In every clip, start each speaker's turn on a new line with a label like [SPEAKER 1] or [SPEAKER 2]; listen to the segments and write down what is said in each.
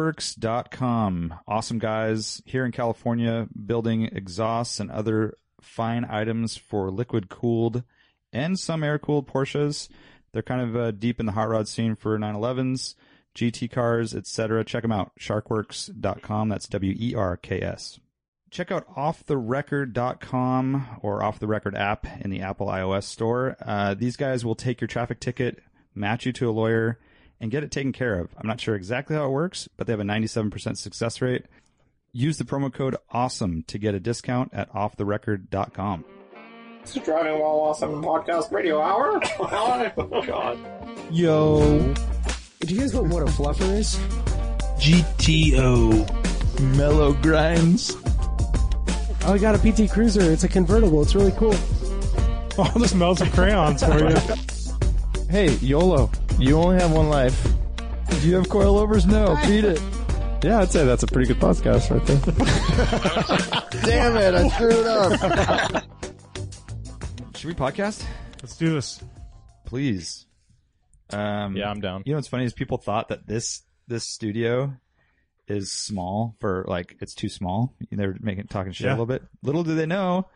[SPEAKER 1] Sharkworks.com. Awesome guys here in California building exhausts and other fine items for liquid cooled and some air cooled Porsches. They're kind of uh, deep in the hot rod scene for 911s, GT cars, etc. Check them out. Sharkworks.com. That's W E R K S. Check out offtherecord.com or off the record app in the Apple iOS store. Uh, these guys will take your traffic ticket, match you to a lawyer, and get it taken care of. I'm not sure exactly how it works, but they have a 97% success rate. Use the promo code AWESOME to get a discount at offtherecord.com.
[SPEAKER 2] This is Driving While Awesome Podcast Radio Hour. oh, God.
[SPEAKER 1] Yo.
[SPEAKER 3] Do you guys know what a fluffer is?
[SPEAKER 4] GTO Mellow Grinds.
[SPEAKER 3] Oh, I got a PT Cruiser. It's a convertible. It's really cool.
[SPEAKER 5] All this melts of crayons for you.
[SPEAKER 4] Hey, YOLO, you only have one life. Do you have coilovers? No, beat it. Yeah, I'd say that's a pretty good podcast right there.
[SPEAKER 6] Damn it, I screwed up.
[SPEAKER 1] Should we podcast?
[SPEAKER 5] Let's do this.
[SPEAKER 1] Please. Um,
[SPEAKER 7] Yeah, I'm down.
[SPEAKER 1] You know what's funny is people thought that this this studio is small for like it's too small. They're making talking shit
[SPEAKER 5] Yeah.
[SPEAKER 1] a little bit. Little do they know,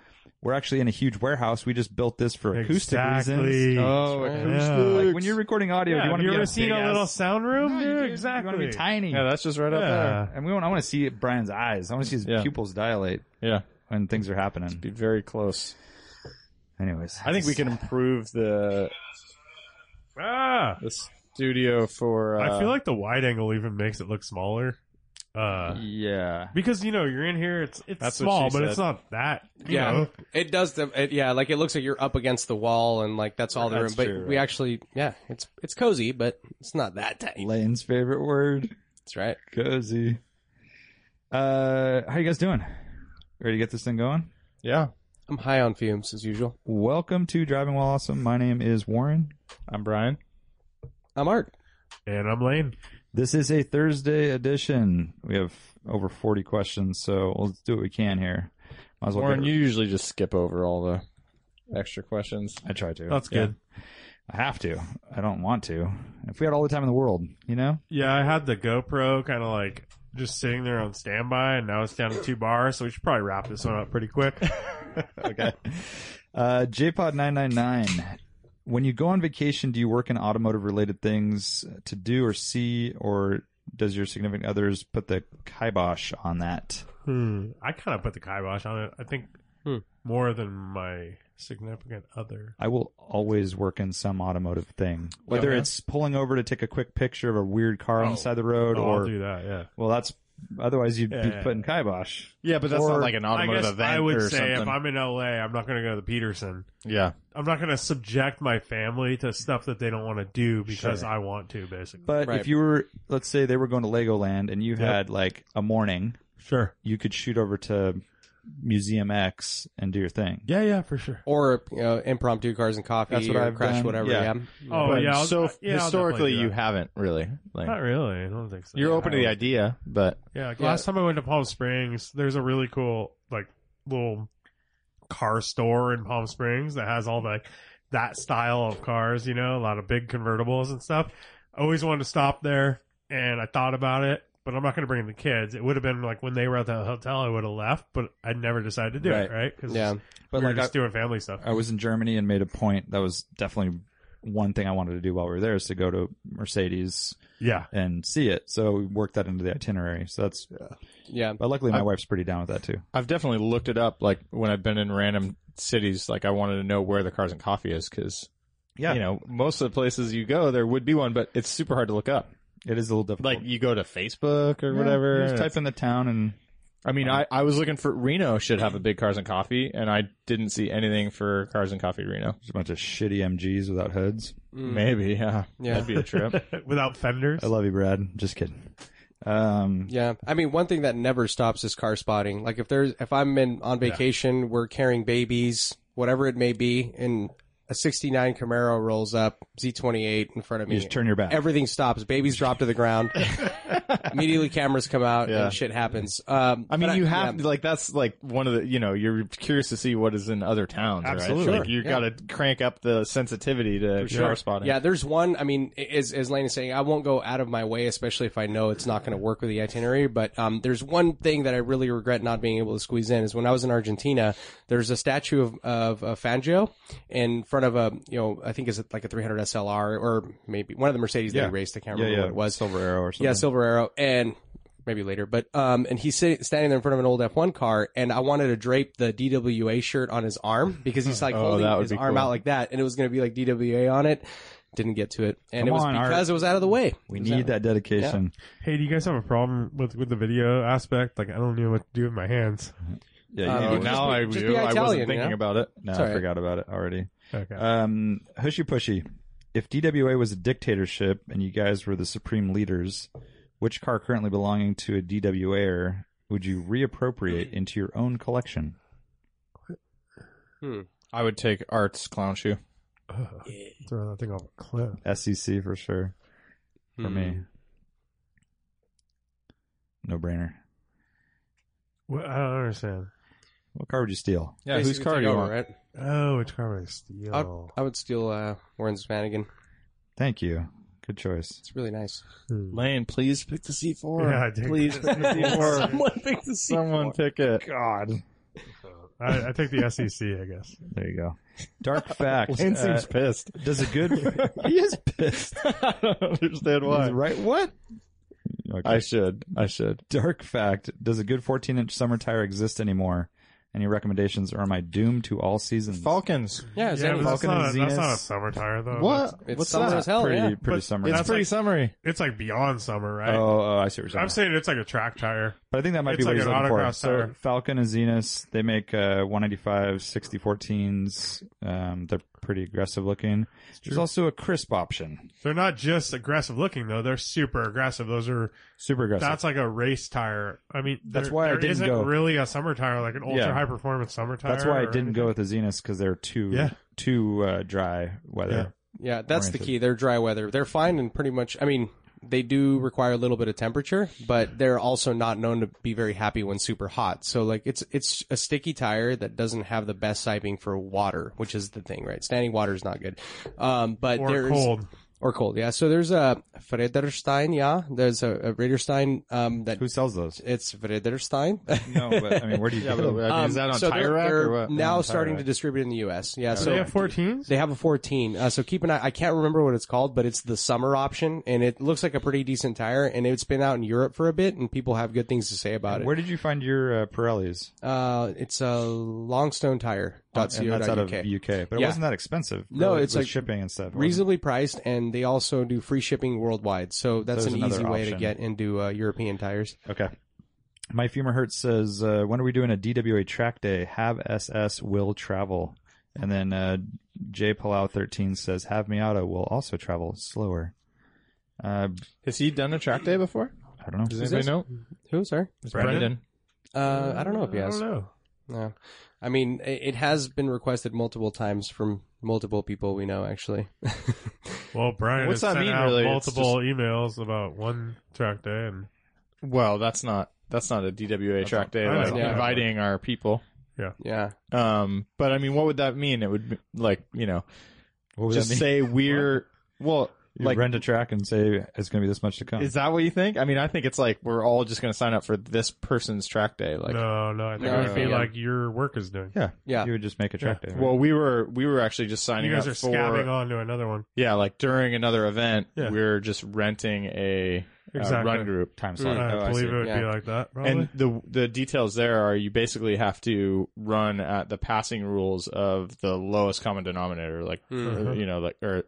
[SPEAKER 1] we're actually in a huge warehouse. We just built this for acoustic
[SPEAKER 5] Exactly.
[SPEAKER 1] reasons.
[SPEAKER 4] Oh,
[SPEAKER 5] Yeah.
[SPEAKER 1] Like when you're recording audio, do you want to
[SPEAKER 5] you
[SPEAKER 1] be in
[SPEAKER 5] ever
[SPEAKER 1] a
[SPEAKER 5] seen
[SPEAKER 1] big
[SPEAKER 5] a little
[SPEAKER 1] ass-
[SPEAKER 5] sound room?
[SPEAKER 1] No,
[SPEAKER 5] dude,
[SPEAKER 1] you do. You
[SPEAKER 5] exactly.
[SPEAKER 1] want to be tiny.
[SPEAKER 7] Yeah, that's just right up
[SPEAKER 5] Yeah.
[SPEAKER 1] and we want. I want to see Brian's eyes. I want to see his
[SPEAKER 7] Yeah.
[SPEAKER 1] pupils dilate
[SPEAKER 7] there. Yeah,
[SPEAKER 1] when things are happening.
[SPEAKER 7] be very close.
[SPEAKER 1] Anyways,
[SPEAKER 7] I think we can improve the
[SPEAKER 5] Ah,
[SPEAKER 7] the studio for. Uh,
[SPEAKER 5] I feel like the wide angle even makes it look smaller. Uh,
[SPEAKER 1] Yeah.
[SPEAKER 5] because you know you're in here, it's it's
[SPEAKER 7] That's what
[SPEAKER 5] small, but
[SPEAKER 7] she
[SPEAKER 5] it's
[SPEAKER 7] said.
[SPEAKER 5] not that. You
[SPEAKER 8] Yeah,
[SPEAKER 5] know?
[SPEAKER 8] it does. The, it, yeah, like it looks like you're up against the wall, and like that's all the room.
[SPEAKER 1] That's
[SPEAKER 8] But
[SPEAKER 1] true,
[SPEAKER 8] we
[SPEAKER 1] right.
[SPEAKER 8] actually, yeah, it's it's cozy, but it's not that tight.
[SPEAKER 1] Lane's favorite word,
[SPEAKER 8] That's right.
[SPEAKER 1] cozy. Uh, how you guys doing? Ready to get this thing going?
[SPEAKER 7] yeah,
[SPEAKER 8] I'm high on fumes as usual.
[SPEAKER 1] Welcome to Driving While Awesome. My name is Warren.
[SPEAKER 7] I'm Brian.
[SPEAKER 8] I'm Art.
[SPEAKER 5] And I'm lame.
[SPEAKER 1] This is a Thursday edition. We have over 40 questions, so let's do what we can here. Might as well
[SPEAKER 7] Warren,
[SPEAKER 1] get-
[SPEAKER 7] you usually just skip over all the extra questions.
[SPEAKER 1] I try to.
[SPEAKER 5] That's good.
[SPEAKER 1] I have to. I don't want to. If we had all the time in the world, you know?
[SPEAKER 5] Yeah, I had the GoPro kind of like just sitting there on standby, and now it's down to two bars, so we should probably wrap this one up pretty quick.
[SPEAKER 1] okay. Uh, JPod999. When you go on vacation, do you work in automotive related things to do or see, or does your significant others put the kibosh on that?
[SPEAKER 5] Hmm. I kind of put the kibosh on it. I think
[SPEAKER 8] Hmm.
[SPEAKER 5] more than my significant other.
[SPEAKER 1] I will always work in some automotive thing, whether
[SPEAKER 8] Okay.
[SPEAKER 1] it's pulling over to take a quick picture of a weird car on the side of the road,
[SPEAKER 5] Oh, I'll
[SPEAKER 1] or
[SPEAKER 5] do that. Yeah.
[SPEAKER 1] well, that's otherwise you'd be
[SPEAKER 5] Yeah.
[SPEAKER 1] putting kibosh.
[SPEAKER 7] Yeah, but that's
[SPEAKER 1] Or-
[SPEAKER 7] not like an
[SPEAKER 5] I
[SPEAKER 7] automotive
[SPEAKER 5] guess
[SPEAKER 7] event
[SPEAKER 5] I would
[SPEAKER 7] or
[SPEAKER 5] say
[SPEAKER 7] something.
[SPEAKER 5] if I'm in LA, I'm not going to go to the Peterson.
[SPEAKER 7] yeah,
[SPEAKER 5] I'm not going to subject my family to stuff that they don't want to do because I want to, basically.
[SPEAKER 1] But
[SPEAKER 8] Right.
[SPEAKER 1] if you were, let's say they were going to Legoland and you had like a morning,
[SPEAKER 5] sure.
[SPEAKER 1] you could shoot over to Museum X and do your thing.
[SPEAKER 5] Yeah, yeah, for sure.
[SPEAKER 8] Or you know, impromptu cars and coffee.
[SPEAKER 1] That's what
[SPEAKER 8] or
[SPEAKER 1] I've
[SPEAKER 8] crush
[SPEAKER 1] done.
[SPEAKER 8] whatever.
[SPEAKER 1] Yeah.
[SPEAKER 8] Yeah.
[SPEAKER 5] Oh,
[SPEAKER 7] But
[SPEAKER 5] yeah. I'll-
[SPEAKER 7] So
[SPEAKER 5] yeah, I'll
[SPEAKER 7] historically,
[SPEAKER 5] definitely do
[SPEAKER 7] you
[SPEAKER 5] that.
[SPEAKER 7] haven't really. Like,
[SPEAKER 5] Not really. I don't think so.
[SPEAKER 7] you're
[SPEAKER 5] Yeah,
[SPEAKER 7] open
[SPEAKER 5] I
[SPEAKER 7] to the
[SPEAKER 5] don't-
[SPEAKER 7] idea, but
[SPEAKER 5] Yeah, like
[SPEAKER 8] Yeah.
[SPEAKER 5] last time I went to Palm Springs, there's a really cool like little car store in Palm Springs that has all the that style of cars, you know, a lot of big convertibles and stuff. I always wanted to stop there and I thought about it, but I'm not going to bring the kids. It would have been like when they were at the hotel, I would have left, but I never decided to do it,
[SPEAKER 8] Right.
[SPEAKER 5] right? Cause
[SPEAKER 8] Yeah.
[SPEAKER 1] But
[SPEAKER 5] we were
[SPEAKER 1] like I,
[SPEAKER 5] just doing family stuff.
[SPEAKER 1] I was in Germany and made a point that was definitely one thing I wanted to do while we were there is to go to Mercedes
[SPEAKER 5] yeah.
[SPEAKER 1] and see it. So we worked that into the itinerary. So that's
[SPEAKER 8] Yeah.
[SPEAKER 1] but luckily my
[SPEAKER 7] I-
[SPEAKER 1] wife's pretty down with that too.
[SPEAKER 7] I've definitely looked it up. Like when I've been in random cities, like I wanted to know where the Cars and Coffee is because,
[SPEAKER 1] Yeah.
[SPEAKER 7] you know, most of the places you go, there would be one, but it's super hard to look up.
[SPEAKER 1] It is a little difficult.
[SPEAKER 7] Like you go to Facebook or
[SPEAKER 1] Yeah,
[SPEAKER 7] whatever.
[SPEAKER 1] you Just
[SPEAKER 7] and
[SPEAKER 1] type in the town and
[SPEAKER 7] I mean, I, I was looking for Reno should have a big Cars and Coffee, and I didn't see anything for Cars and Coffee Reno.
[SPEAKER 1] there's a bunch of shitty MGs without hoods.
[SPEAKER 8] Mm.
[SPEAKER 7] Maybe, yeah,
[SPEAKER 8] Yeah.
[SPEAKER 7] that'd be a trip.
[SPEAKER 5] Without fenders.
[SPEAKER 1] I love you, Brad. Just kidding. Um,
[SPEAKER 8] Yeah, I mean, one thing that never stops is car spotting. Like if there's if I'm in on vacation, we're carrying babies, whatever it may be, and a 69 Camaro rolls up, Z28 in front of
[SPEAKER 1] You
[SPEAKER 8] me.
[SPEAKER 1] just turn your back.
[SPEAKER 8] Everything stops. Babies drop to the ground. Immediately cameras come out
[SPEAKER 4] Yeah.
[SPEAKER 8] and shit happens. Um,
[SPEAKER 4] I mean,
[SPEAKER 8] but
[SPEAKER 4] you have
[SPEAKER 8] yeah.
[SPEAKER 4] like that's like one of the you know you're curious to see what is in other towns,
[SPEAKER 5] Absolutely.
[SPEAKER 4] right? Like you got to crank up the sensitivity to car spotting.
[SPEAKER 8] Yeah, there's one. I mean, as as Lane is saying, I won't go out of my way, especially if I know it's not going to work with the itinerary. But um, there's one thing that I really regret not being able to squeeze in is when I was in Argentina. There's a statue of of uh, Fangio in front of a you know I think is it like a 300 SLR or maybe one of the Mercedes that
[SPEAKER 1] Yeah.
[SPEAKER 8] he raced. I can't
[SPEAKER 1] yeah,
[SPEAKER 8] remember
[SPEAKER 1] yeah.
[SPEAKER 8] what it was.
[SPEAKER 1] Silver Arrow or something.
[SPEAKER 8] Yeah, Silver Arrow, and maybe later, but um, and he's sit- standing there in front of an old F1 car, and I wanted to drape the DWA shirt on his arm because he's like
[SPEAKER 4] Oh,
[SPEAKER 8] holding
[SPEAKER 4] that would
[SPEAKER 8] his
[SPEAKER 4] be
[SPEAKER 8] arm
[SPEAKER 4] cool.
[SPEAKER 8] out like that, and it was going to be like DWA on it. Didn't get to it, and
[SPEAKER 1] Come
[SPEAKER 8] it was
[SPEAKER 1] on, Art.
[SPEAKER 8] because it was out of the way.
[SPEAKER 1] we need that dedication.
[SPEAKER 5] Hey, do you guys have a problem with with the video aspect? Like, I don't know what to do with my hands.
[SPEAKER 1] Yeah,
[SPEAKER 8] Um,
[SPEAKER 1] you
[SPEAKER 4] Oh,
[SPEAKER 1] do.
[SPEAKER 4] now I
[SPEAKER 8] just
[SPEAKER 4] do.
[SPEAKER 8] be
[SPEAKER 4] I wasn't
[SPEAKER 8] Italian,
[SPEAKER 4] thinking
[SPEAKER 8] you know?
[SPEAKER 4] about it.
[SPEAKER 1] no,
[SPEAKER 8] all
[SPEAKER 1] I
[SPEAKER 8] right.
[SPEAKER 1] forgot about it already.
[SPEAKER 5] Okay.
[SPEAKER 1] Um, Hushy Pushy, if DWA was a dictatorship and you guys were the supreme leaders, which car currently belonging to a DWAer would you reappropriate into your own collection?
[SPEAKER 4] I would take Art's clown shoe.
[SPEAKER 5] Ugh, Throw that thing off a cliff.
[SPEAKER 7] Hmm.
[SPEAKER 1] SEC for sure. For me, no brainer.
[SPEAKER 5] What, I don't understand.
[SPEAKER 1] What car would you steal?
[SPEAKER 4] Yeah, whose
[SPEAKER 8] Basically
[SPEAKER 4] car do
[SPEAKER 8] take
[SPEAKER 4] you
[SPEAKER 8] over,
[SPEAKER 4] want?
[SPEAKER 8] Right?
[SPEAKER 5] Oh, which car would I steal?
[SPEAKER 8] I would steal uh, Warren's Vanagon.
[SPEAKER 1] Thank you. Good choice.
[SPEAKER 8] It's really nice.
[SPEAKER 5] Hmm.
[SPEAKER 4] Lane, please pick the C four.
[SPEAKER 5] Yeah, I did.
[SPEAKER 4] please pick the C four.
[SPEAKER 8] Someone picked the seat.
[SPEAKER 4] Someone pick it.
[SPEAKER 1] God.
[SPEAKER 5] I, I take the SEC, I guess.
[SPEAKER 1] There you go. Dark fact.
[SPEAKER 4] Lane
[SPEAKER 1] uh,
[SPEAKER 4] seems pissed.
[SPEAKER 1] does a good. he is pissed.
[SPEAKER 4] I don't
[SPEAKER 1] He's
[SPEAKER 4] understand why.
[SPEAKER 1] right. What? Okay.
[SPEAKER 4] I should. I should.
[SPEAKER 1] Dark fact: Does a good 14-inch summer tire exist anymore? Any recommendations, or am I doomed to all seasons?
[SPEAKER 4] Falcons.
[SPEAKER 8] Yeah, it's
[SPEAKER 5] Yeah, but that's
[SPEAKER 1] Falcon
[SPEAKER 5] not,
[SPEAKER 1] and
[SPEAKER 5] a, that's
[SPEAKER 1] Zenus.
[SPEAKER 5] not a summer tire though.
[SPEAKER 4] What?
[SPEAKER 5] That's-
[SPEAKER 8] It's
[SPEAKER 4] What's
[SPEAKER 8] summer
[SPEAKER 4] that?
[SPEAKER 8] as hell.
[SPEAKER 1] pretty
[SPEAKER 8] yeah.
[SPEAKER 1] pretty
[SPEAKER 5] But
[SPEAKER 1] summer.
[SPEAKER 4] It's
[SPEAKER 5] That's
[SPEAKER 4] pretty
[SPEAKER 5] like-
[SPEAKER 4] summary.
[SPEAKER 5] It's like beyond summer, right?
[SPEAKER 1] oh, oh, I see what you're saying.
[SPEAKER 5] I'm saying it's like a track tire.
[SPEAKER 1] but I think that might be
[SPEAKER 5] it's
[SPEAKER 1] what
[SPEAKER 5] like
[SPEAKER 1] he's
[SPEAKER 5] an
[SPEAKER 1] looking for.
[SPEAKER 5] autocross
[SPEAKER 1] So
[SPEAKER 5] tire.
[SPEAKER 1] Falcon and Zenus, they make uh, 195 60 14s. Um, they're pretty aggressive looking. There's also a crisp option,
[SPEAKER 5] They're not just aggressive looking though; they're super aggressive. Those are
[SPEAKER 1] super aggressive.
[SPEAKER 5] that's like a race tire. I mean,
[SPEAKER 1] That's
[SPEAKER 5] there-
[SPEAKER 1] why I
[SPEAKER 5] there
[SPEAKER 1] didn't
[SPEAKER 5] isn't
[SPEAKER 1] go.
[SPEAKER 5] really a summer tire, like an ultra
[SPEAKER 1] Yeah.
[SPEAKER 5] high performance summer tire.
[SPEAKER 1] That's why I
[SPEAKER 5] or
[SPEAKER 1] didn't go with the Zenus because they're too
[SPEAKER 5] Yeah.
[SPEAKER 1] too uh, dry weather.
[SPEAKER 8] Yeah, that's the
[SPEAKER 1] oriented.
[SPEAKER 8] key. They're dry weather. They're fine and pretty much. I mean, they do require a little bit of temperature, but they're also not known to be very happy when super hot. So like it's it's a sticky tire that doesn't have the best siping for water, which is the thing, right? Standing water is not good. Um, but
[SPEAKER 5] or
[SPEAKER 8] there's
[SPEAKER 5] cold.
[SPEAKER 8] or cold. Yeah. So there's a Frederstein. Yeah, there's a, a Frederstein. Um, that
[SPEAKER 1] Who sells those?
[SPEAKER 8] it's Frederstein.
[SPEAKER 1] No, but I mean, where do you
[SPEAKER 4] Yeah,
[SPEAKER 1] get
[SPEAKER 4] but
[SPEAKER 1] them?
[SPEAKER 4] I mean,
[SPEAKER 8] Um,
[SPEAKER 4] is that on
[SPEAKER 8] so
[SPEAKER 4] tire
[SPEAKER 8] they're-
[SPEAKER 4] rack
[SPEAKER 8] they're
[SPEAKER 4] or what?
[SPEAKER 8] Now
[SPEAKER 4] On tire
[SPEAKER 8] starting
[SPEAKER 4] rack.
[SPEAKER 8] to distribute in the U.S. Yeah. So
[SPEAKER 5] they have 14s.
[SPEAKER 8] they have a 14. Uh, so keep an eye. I can't remember what it's called, but it's the summer option, and it looks like a pretty decent tire. And it's been out in Europe for a bit, and people have good things to say about it.
[SPEAKER 1] Where did you find your uh, Pirellis?
[SPEAKER 8] Uh, it's a Longstone Tire.
[SPEAKER 1] and that's out of UK, but it
[SPEAKER 8] Yeah.
[SPEAKER 1] wasn't that expensive.
[SPEAKER 8] No,
[SPEAKER 1] really,
[SPEAKER 8] it's
[SPEAKER 1] with
[SPEAKER 8] like
[SPEAKER 1] shipping and stuff.
[SPEAKER 8] Reasonably priced, and they also do free shipping worldwide. So that's
[SPEAKER 1] There's
[SPEAKER 8] an
[SPEAKER 1] another
[SPEAKER 8] easy way to
[SPEAKER 1] option.
[SPEAKER 8] get into uh, European tires.
[SPEAKER 1] Okay. My Fumer Hertz says, uh, when are we doing a DWA track day? Have SS will travel. And then uh, J Palau 13 says, have Miata will also travel slower. Uh,
[SPEAKER 4] Has he done a track day before?
[SPEAKER 1] I don't know.
[SPEAKER 4] Does anybody know?
[SPEAKER 8] Who, sorry?
[SPEAKER 4] It's
[SPEAKER 5] Brendan?
[SPEAKER 4] Brendan.
[SPEAKER 8] Uh, I don't know if he
[SPEAKER 5] I
[SPEAKER 8] has.
[SPEAKER 5] don't know.
[SPEAKER 8] No. I mean, it it has been requested multiple times from multiple people we know, actually.
[SPEAKER 5] Well, Brian
[SPEAKER 4] What's
[SPEAKER 5] has
[SPEAKER 4] that
[SPEAKER 5] sent
[SPEAKER 4] mean,
[SPEAKER 5] out
[SPEAKER 4] really? It's
[SPEAKER 5] multiple emails about one track day, and
[SPEAKER 4] Well, that's not that's not a DWA track day.
[SPEAKER 5] I
[SPEAKER 4] That's
[SPEAKER 5] know.
[SPEAKER 8] Yeah.
[SPEAKER 4] inviting our people.
[SPEAKER 8] yeah.
[SPEAKER 4] Um, but I mean, what would that mean? It would be, like you know,
[SPEAKER 1] What would
[SPEAKER 4] just
[SPEAKER 1] that mean?
[SPEAKER 4] say we're well.
[SPEAKER 1] You
[SPEAKER 4] like,
[SPEAKER 1] rent a track and say it's going to be this much to come.
[SPEAKER 4] is that what you think? I mean, I think it's like we're all just going to sign up for this person's track day. Like,
[SPEAKER 5] no, no, I think
[SPEAKER 8] No,
[SPEAKER 5] it would be
[SPEAKER 8] no, no.
[SPEAKER 5] like your work is doing.
[SPEAKER 1] yeah.
[SPEAKER 8] Yeah.
[SPEAKER 1] You would just make a track day. right?
[SPEAKER 4] well, we were we were actually just signing
[SPEAKER 5] You guys
[SPEAKER 4] up
[SPEAKER 5] are
[SPEAKER 4] for
[SPEAKER 5] scabbing on to another one.
[SPEAKER 4] yeah, like during another event,
[SPEAKER 5] Yeah.
[SPEAKER 4] we're just renting a uh,
[SPEAKER 5] Exactly.
[SPEAKER 4] run group.
[SPEAKER 1] time slot.
[SPEAKER 5] I
[SPEAKER 1] Oh, I
[SPEAKER 5] believe
[SPEAKER 1] see.
[SPEAKER 5] it would be
[SPEAKER 8] Yeah.
[SPEAKER 5] like that. Probably.
[SPEAKER 4] And the the details there are you basically have to run at the passing rules of the lowest common denominator, like
[SPEAKER 8] Mhm.
[SPEAKER 5] Uh-huh.
[SPEAKER 4] or, you know, like or